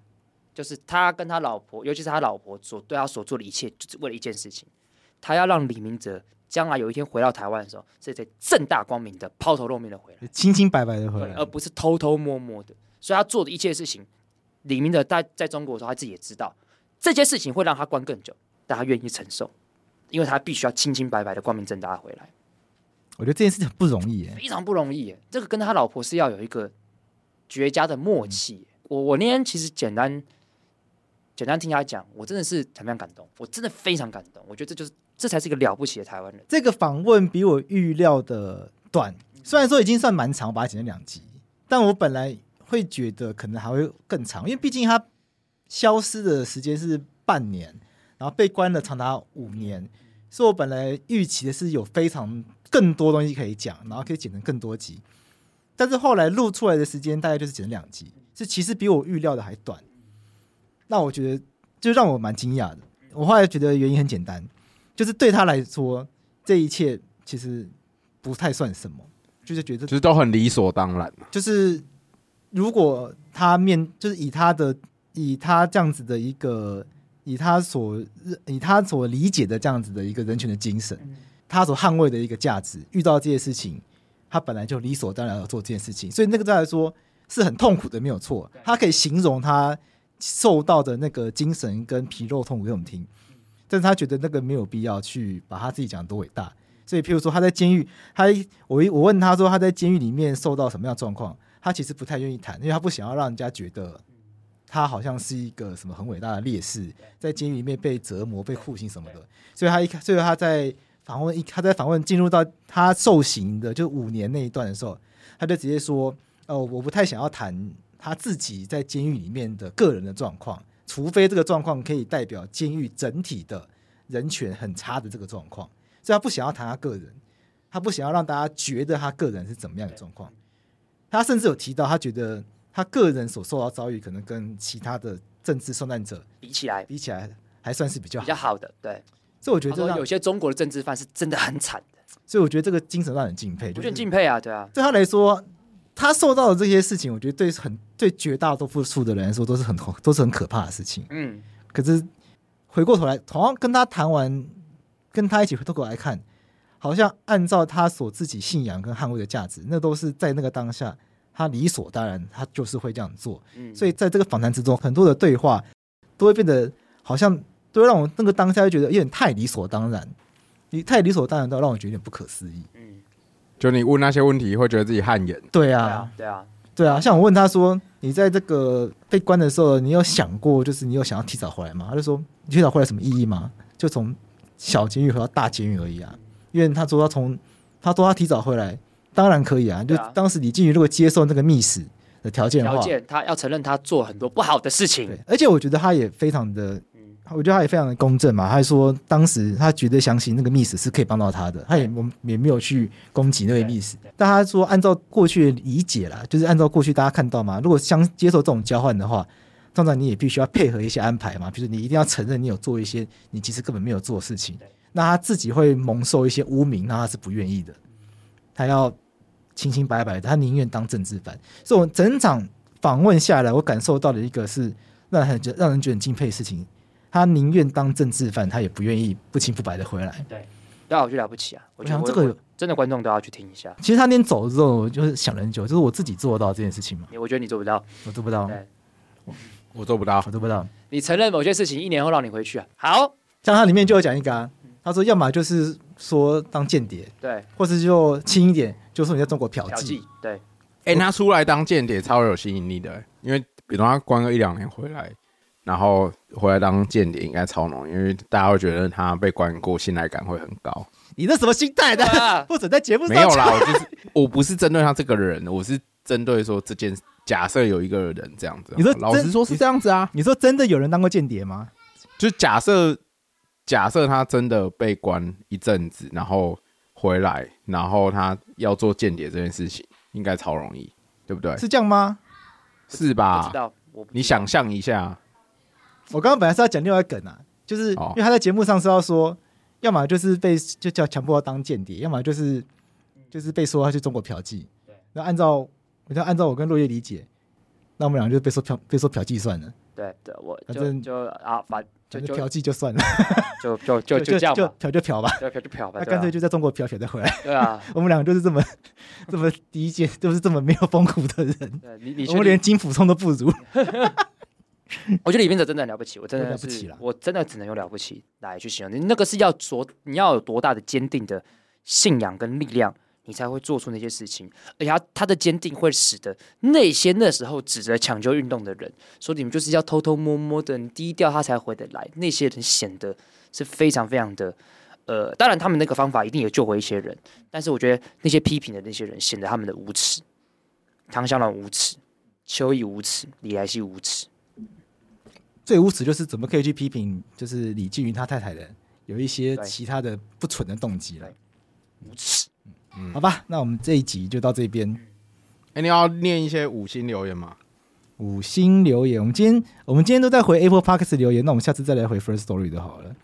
[SPEAKER 2] 就是他跟他老婆，尤其是他老婆所对他所做的一切，就是为了一件事情，他要让李明哲将来有一天回到台湾的时候，是得正大光明的抛头露面的回来，
[SPEAKER 1] 清清白白的回
[SPEAKER 2] 对
[SPEAKER 1] 来
[SPEAKER 2] 而。不是偷偷摸摸的。所以他做的一切事情，李明哲在在中国的时候，他自己也知道这些事情会让他关更久，但他愿意承受，因为他必须要清清白白的、光明正大地回来。
[SPEAKER 1] 我觉得这件事情很不容易耶，
[SPEAKER 2] 非常不容易耶。这个跟他老婆是要有一个绝佳的默契
[SPEAKER 1] 嗯
[SPEAKER 2] 耶。我我那天其实简单简单听他讲，我真的是怎么样感动，我真的非常感动。我觉得这就是这才是一个了不起的台湾人。
[SPEAKER 1] 这个访问比我预料的短，虽然说已经算蛮长，把它剪成两集，但我本来会觉得可能还会更长，因为毕竟它消失的时间是半年，然后被关了长达五年，所以我本来预期的是有非常更多东西可以讲，然后可以剪成更多集，但是后来录出来的时间大概就是剪成两集，是其实比我预料的还短，那我觉得就让我蛮惊讶的。我后来觉得原因很简单，就是对他来说，这一切其实不太算什么，就是觉得
[SPEAKER 3] 就是都很理所当然、啊。
[SPEAKER 1] 就是如果他面就是以他的以他这样子的一个以他所以他所理解的这样子的一个人权的精神，他所捍卫的一个价值，遇到这些事情，他本来就理所当然要做这件事情，所以那个对他来说是很痛苦的，没有错。他可以形容他受到的那个精神跟皮肉痛苦给我们听，但是他觉得那个没有必要去把他自己讲得多伟大。所以，譬如说他在监狱，他我一我问他说他在监狱里面受到什么样的状况，他其实不太愿意谈，因为他不想要让人家觉得他好像是一个什么很伟大的烈士，在监狱里面被折磨、被酷刑什么的。所以他一开，所以他在访问一他在访问进入到他受刑的就五年那一段的时候，他就直接说：“哦、我不太想要谈他自己在监狱里面的个人的状况，除非这个状况可以代表监狱整体的人权很差的这个状况。”所以他不想要谈他个人，他不想要让大家觉得他个人是怎么样的状况。他甚至有提到，他觉得他个人所受到遭遇，可能跟其他的政治受难者
[SPEAKER 2] 比起来
[SPEAKER 1] 比起来，还算是比较
[SPEAKER 2] 比
[SPEAKER 1] 好
[SPEAKER 2] 较。好的，对。
[SPEAKER 1] 所以我觉得
[SPEAKER 2] 他
[SPEAKER 1] 这
[SPEAKER 2] 说
[SPEAKER 1] 让
[SPEAKER 2] 有，些中国的政治犯是真的很惨的，
[SPEAKER 1] 所以我觉得这个精神让人敬佩。
[SPEAKER 2] 我
[SPEAKER 1] 就
[SPEAKER 2] 觉得
[SPEAKER 1] 是
[SPEAKER 2] 很敬佩啊，对啊，
[SPEAKER 1] 对他来说，他受到的这些事情，我觉得对很对绝大多数的人来说都是很都是很可怕的事情。
[SPEAKER 2] 嗯，
[SPEAKER 1] 可是回过头来，好像跟他谈完，跟他一起回头过来看，好像按照他所自己信仰跟捍卫的价值，那都是在那个当下，他理所当然，他就是会这样做。
[SPEAKER 2] 嗯
[SPEAKER 1] 所以在这个访谈之中，很多的对话都会变得好像都会让我那个当下就觉得有点太理所当然，你太理所当然到让我觉得有点不可思议。
[SPEAKER 2] 嗯，
[SPEAKER 3] 就你问那些问题，会觉得自己汗颜。
[SPEAKER 1] 对
[SPEAKER 2] 对
[SPEAKER 1] 啊
[SPEAKER 2] 啊，，对啊，
[SPEAKER 1] 对啊，像我问他说：“你在这个被关的时候，你有想过就是你有想要提早回来吗？”他就说：“你提早回来有什么意义吗？就从小监狱回到大监狱而已啊。”因为他说他从他说他提早回来，当然可以啊。就
[SPEAKER 2] 对啊
[SPEAKER 1] 当时李靖宇如果接受那个密使的条件的
[SPEAKER 2] 条
[SPEAKER 1] 话，
[SPEAKER 2] 件他要承认他做很多不好的事情
[SPEAKER 1] 对，，而且我觉得他也非常的，我觉得他也非常的公正嘛。他还说当时他绝对相信那个密使是可以帮到他的，他也我们也没有去攻击那位密使。但他说按照过去的理解啦，就是按照过去大家看到嘛，如果相接受这种交换的话，通常你也必须要配合一些安排嘛，比如你一定要承认你有做一些你其实根本没有做的事情，那他自己会蒙受一些污名，那他是不愿意的，他要清清白白的，他宁愿当政治犯。所以我整场访问下来，我感受到的一个是让很觉让人觉得很敬佩的事情，他宁愿当政治犯，他也不愿意不清不白的回来。
[SPEAKER 2] 对啊，我觉得了不起啊，我觉
[SPEAKER 1] 我想
[SPEAKER 2] 得我
[SPEAKER 1] 这个有哦
[SPEAKER 2] 真的观众都要去听一下，
[SPEAKER 1] 其实他连走的时候，我就是想了很久，就是我自己做得到这件事情嘛，
[SPEAKER 2] 你我觉得你做不到，
[SPEAKER 1] 我做不到，
[SPEAKER 2] 对
[SPEAKER 3] 我做不到
[SPEAKER 1] 我，做不到。
[SPEAKER 2] 你承认某些事情，一年后让你回去啊，好，
[SPEAKER 1] 像他里面就有讲一个、啊，他说要么就是说当间谍，
[SPEAKER 2] 对，
[SPEAKER 1] 或是就轻一点，就说你在中国嫖
[SPEAKER 2] 调
[SPEAKER 1] 妓。
[SPEAKER 2] 剂，对，
[SPEAKER 3] 哎、他出来当间谍超有吸引力的、欸因为比如他关个一两年回来，然后回来当间谍应该超浓，因为大家会觉得他被关过，信赖感会很高。
[SPEAKER 1] 你那什么心态的
[SPEAKER 2] 对啊？
[SPEAKER 1] 不准在节目上
[SPEAKER 3] 没有啦，
[SPEAKER 1] 讲
[SPEAKER 3] 我就是我不是针对他这个人，我是针对说这件假设有一个人这样子，
[SPEAKER 1] 你说
[SPEAKER 3] 老
[SPEAKER 1] 真
[SPEAKER 3] 实说是这样子啊，
[SPEAKER 1] 你说真的有人当过间谍吗？
[SPEAKER 3] 就假设假设他真的被关一阵子，然后回来，然后他要做间谍这件事情，应该超容易，对不对？
[SPEAKER 1] 是这样吗？
[SPEAKER 3] 是
[SPEAKER 2] 不知
[SPEAKER 3] 吧？
[SPEAKER 2] 道，我不
[SPEAKER 3] 啊你想象一下，
[SPEAKER 1] 我刚刚本来是要讲另外一个梗啊，就是
[SPEAKER 3] 哦
[SPEAKER 1] 因为他在节目上是要说，要么就是被就叫强迫要当间谍，要么就是就是被说要去中国嫖妓。然后按照我就按照我跟落叶理解，那我们两个就被说嫖被说嫖妓算了，
[SPEAKER 2] 对对，我
[SPEAKER 1] 反
[SPEAKER 2] 就
[SPEAKER 1] 正
[SPEAKER 2] 就啊，反就
[SPEAKER 1] 反正
[SPEAKER 2] 就
[SPEAKER 1] 嫖妓就算了，
[SPEAKER 2] 就就就
[SPEAKER 1] 就
[SPEAKER 2] 就这样
[SPEAKER 1] 就
[SPEAKER 2] 吧，
[SPEAKER 1] 嫖就嫖吧。
[SPEAKER 2] 对，就就漂吧，
[SPEAKER 1] 那
[SPEAKER 2] 对
[SPEAKER 1] 干
[SPEAKER 2] 啊
[SPEAKER 1] 脆就在中国嫖嫖再回来。
[SPEAKER 2] 对啊，
[SPEAKER 1] 我们两个就是这么这么低贱，就是这么没有风骨的人，
[SPEAKER 2] 对你你
[SPEAKER 1] 我
[SPEAKER 2] 确
[SPEAKER 1] 们
[SPEAKER 2] 定
[SPEAKER 1] 连金普通都不如。
[SPEAKER 2] 我觉得李斌哲真的很了不起，我真的
[SPEAKER 1] 了
[SPEAKER 2] 是
[SPEAKER 1] 不起啦
[SPEAKER 2] 我真的只能用了不起来去形容你。那个是要多，你要有多大的坚定的信仰跟力量，你才会做出那些事情。而且他他的坚定会使得那些那时候指责抢救运动的人说你们就是要偷偷摸摸的、很低调，他才回得来。那些人显得是非常非常的。呃，当然，他们那个方法一定也救回一些人，但是我觉得那些批评的那些人显得他们的无耻，唐香兰无耻，邱毅无耻，李莱西无耻，
[SPEAKER 1] 最无耻就是怎么可以去批评，就是李静云他太太的有一些
[SPEAKER 2] 对
[SPEAKER 1] 其他的不纯的动机了。嗯
[SPEAKER 2] 无耻。
[SPEAKER 1] 好吧，那我们这一集就到这边。
[SPEAKER 3] 哎、你要念一些五星留言吗？
[SPEAKER 1] 五星留言，我们今天我们今天都在回 Apple Park 留言，那我们下次再来回 First Story 的好了。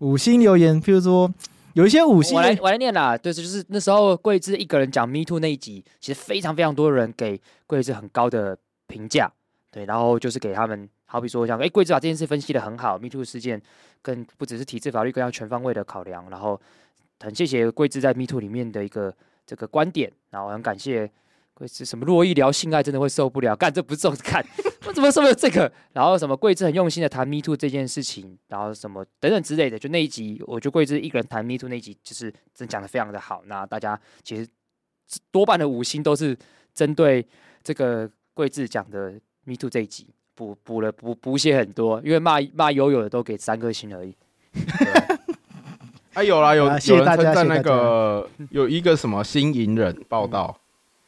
[SPEAKER 1] 五星留言，譬如说有一些五星
[SPEAKER 2] 我来
[SPEAKER 1] 的
[SPEAKER 2] 我来念啦，对，这就是那时候桂枝一个人讲 Me Too 那一集，其实非常非常多人给桂枝很高的评价，对，然后就是给他们，好比说像哎，桂枝把这件事分析的很好，Me Too 事件更不只是体制法律，更要全方位的考量，然后很谢谢桂枝在 Me Too 里面的一个这个观点，然后很感谢桂枝什么若一聊性爱真的会受不了，干这不是重看，我怎么受不了这个？然后什么桂枝很用心的谈 Me Too 这件事情，然后什么等等之类的，就那一集，我觉得桂枝一个人谈 Me Too 那一集，就是真的讲的非常的好。那大家其实多半的五星都是针对这个桂枝讲的 Me Too 这一集补补了补补写很多，因为骂骂悠悠的都给三颗星而已。
[SPEAKER 3] 啊，有啦，有
[SPEAKER 1] 啊谢
[SPEAKER 3] 有
[SPEAKER 1] 谢
[SPEAKER 3] 人
[SPEAKER 1] 大
[SPEAKER 3] 称
[SPEAKER 1] 家嗯
[SPEAKER 3] 赞
[SPEAKER 1] 谢谢大家
[SPEAKER 3] 那个有一个什么新营人报道，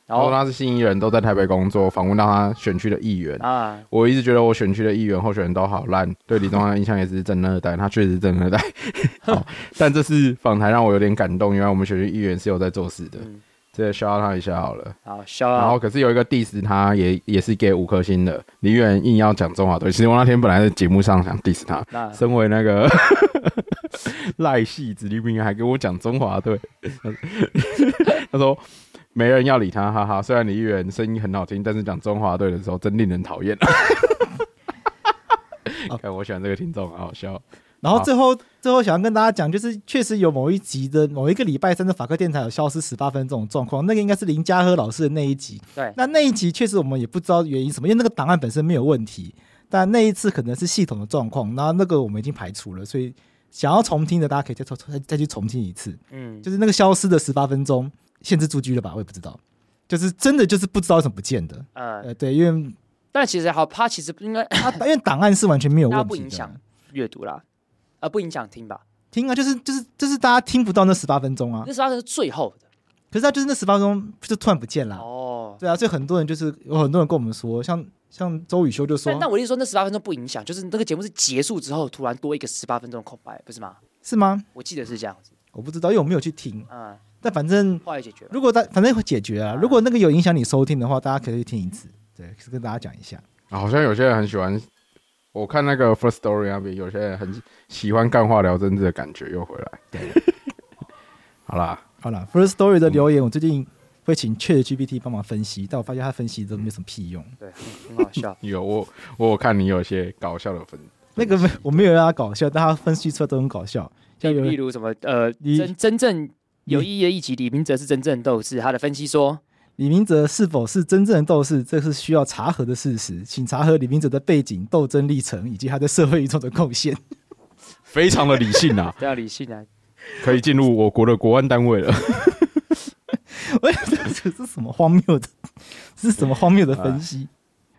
[SPEAKER 2] 然
[SPEAKER 3] 然后
[SPEAKER 2] 后
[SPEAKER 3] 他是新营人，都在台北工作，访问到他选区的议员。
[SPEAKER 2] 啊，
[SPEAKER 3] 我一直觉得我选区的议员候选人都好烂，对李宗翰的印象也只是正二代，他确实是正二代。 好，但这次访谈让我有点感动，原来我们选区议员是有在做事的，
[SPEAKER 2] 嗯，
[SPEAKER 3] 这个 shout out 他一下好了。
[SPEAKER 2] 好笑
[SPEAKER 3] 然后
[SPEAKER 2] 啊，
[SPEAKER 3] 可是有一个 diss 他也也是给五颗星的，李远硬要讲中华队。其实我那天本来在节目上想 diss 他，
[SPEAKER 2] 那
[SPEAKER 3] 身为那个 赖系子弟兵，还给我讲中华队， 他说没人要理他，哈哈。虽然李议员声音很好听，但是讲中华队的时候真令人讨厌。看，我喜欢这个听众，好好笑。
[SPEAKER 1] 然后最后最后想要跟大家讲，就是确实有某一集的某一个礼拜三的法科电台有消失十八分这种状况，那个应该是林嘉禾老师的那一集。
[SPEAKER 2] 对，
[SPEAKER 1] 那那一集确实我们也不知道原因什么，因为那个档案本身没有问题，但那一次可能是系统的状况，然后那个我们已经排除了，所以想要重听的大家可以再重再再去重听一次。
[SPEAKER 2] 嗯，
[SPEAKER 1] 就是那个消失的十八分钟限制住居了吧，我也不知道，就是真的就是不知道为什么不见的。
[SPEAKER 2] 呃，
[SPEAKER 1] 呃，对，因为
[SPEAKER 2] 但其实好，他其实应该
[SPEAKER 1] 它因为档案是完全没有
[SPEAKER 2] 大
[SPEAKER 1] 问
[SPEAKER 2] 家
[SPEAKER 1] 题的，
[SPEAKER 2] 不影响阅读啦，啊，不影响听吧。
[SPEAKER 1] 听啊，就是就是就是大家听不到那十八分钟啊
[SPEAKER 2] 那，时候它是最后的
[SPEAKER 1] 可是他就是那十八分钟就突然不见了，
[SPEAKER 2] 哦。
[SPEAKER 1] 对啊，所以很多人就是有很多人跟我们说，像像周宇修就说
[SPEAKER 2] 但，但我一直说那十八分钟不影响，就是那个节目是结束之后突然多一个十八分钟的空白，不是吗？
[SPEAKER 1] 是吗？
[SPEAKER 2] 我记得是这样子，
[SPEAKER 1] 我不知道，因为我没有去听，
[SPEAKER 2] 嗯，
[SPEAKER 1] 但反正
[SPEAKER 2] 后来解决了。
[SPEAKER 1] 如果大反正会解决啊，如果那个有影响你收听的话，大家可以听一次，对，是跟大家讲一下，
[SPEAKER 3] 好像有些人很喜欢，我看那个 First Story 那边有些人很喜欢干话聊政治的感觉又回来。 好啦，。
[SPEAKER 1] 好了，First Story 的留言，我最近会请 ChatGPT 帮忙分析，但我发现他分析都没有什么屁用。
[SPEAKER 2] 对，很很好 笑
[SPEAKER 3] 有我我有看你有些搞笑的分，
[SPEAKER 1] 那个没我没有让他搞笑，但他分析出来都很搞笑。像有
[SPEAKER 2] 例如什么呃，
[SPEAKER 1] 你
[SPEAKER 2] 真真正有意义的一集，李明哲是真正的斗士，他的分 析说，
[SPEAKER 1] 李明哲是否是真正的斗士，这是需要查核的事实，请查核李明哲的背景、斗争历程以及他在社会运动的贡献。
[SPEAKER 3] 非常的理性啊，
[SPEAKER 2] 不要理性啊，
[SPEAKER 3] 可以进入我国的国安单位了。
[SPEAKER 1] 我也不知道 这是什么荒谬的，这是什么荒谬的分析？
[SPEAKER 3] 哎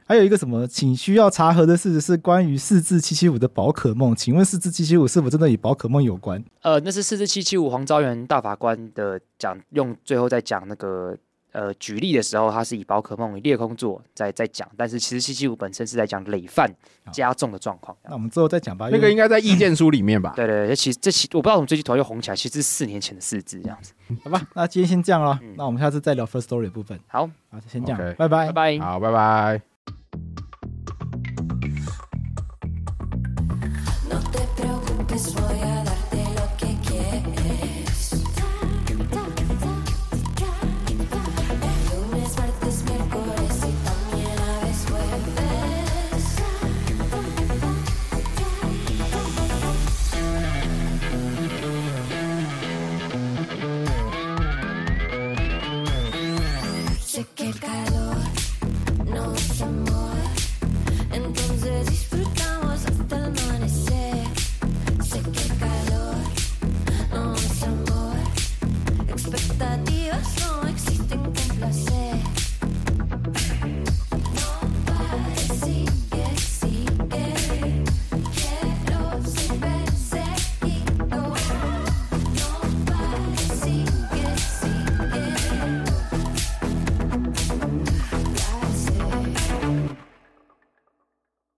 [SPEAKER 1] 还有一个什么，请需要查核的事实是关于四至七七五的宝可梦，请问四至七七五是否真的与宝可梦有关？
[SPEAKER 2] 呃，那是四四七七五黄昭元大法官的讲，用最后在讲那个呃举例的时候，他是以宝可梦以裂空座在在讲，但是其实七七五本身是在讲累犯
[SPEAKER 1] 好
[SPEAKER 2] 加重的状况。
[SPEAKER 1] 那我们最后再讲吧。
[SPEAKER 3] 啊那
[SPEAKER 1] 因为
[SPEAKER 3] 个应该在意见书里面吧？
[SPEAKER 2] 对对对，其实这其我不知道我们最近突然又红起来，其实是四年前的四字这样子。
[SPEAKER 1] 好吧，那今天先这样了，
[SPEAKER 2] 嗯
[SPEAKER 1] 那我们下次再聊 first story 的部分。
[SPEAKER 2] 好，
[SPEAKER 1] 好，先这样
[SPEAKER 3] OK
[SPEAKER 1] 拜拜
[SPEAKER 2] 拜。拜。
[SPEAKER 3] 好，拜拜。
[SPEAKER 4] No te preocupes, voy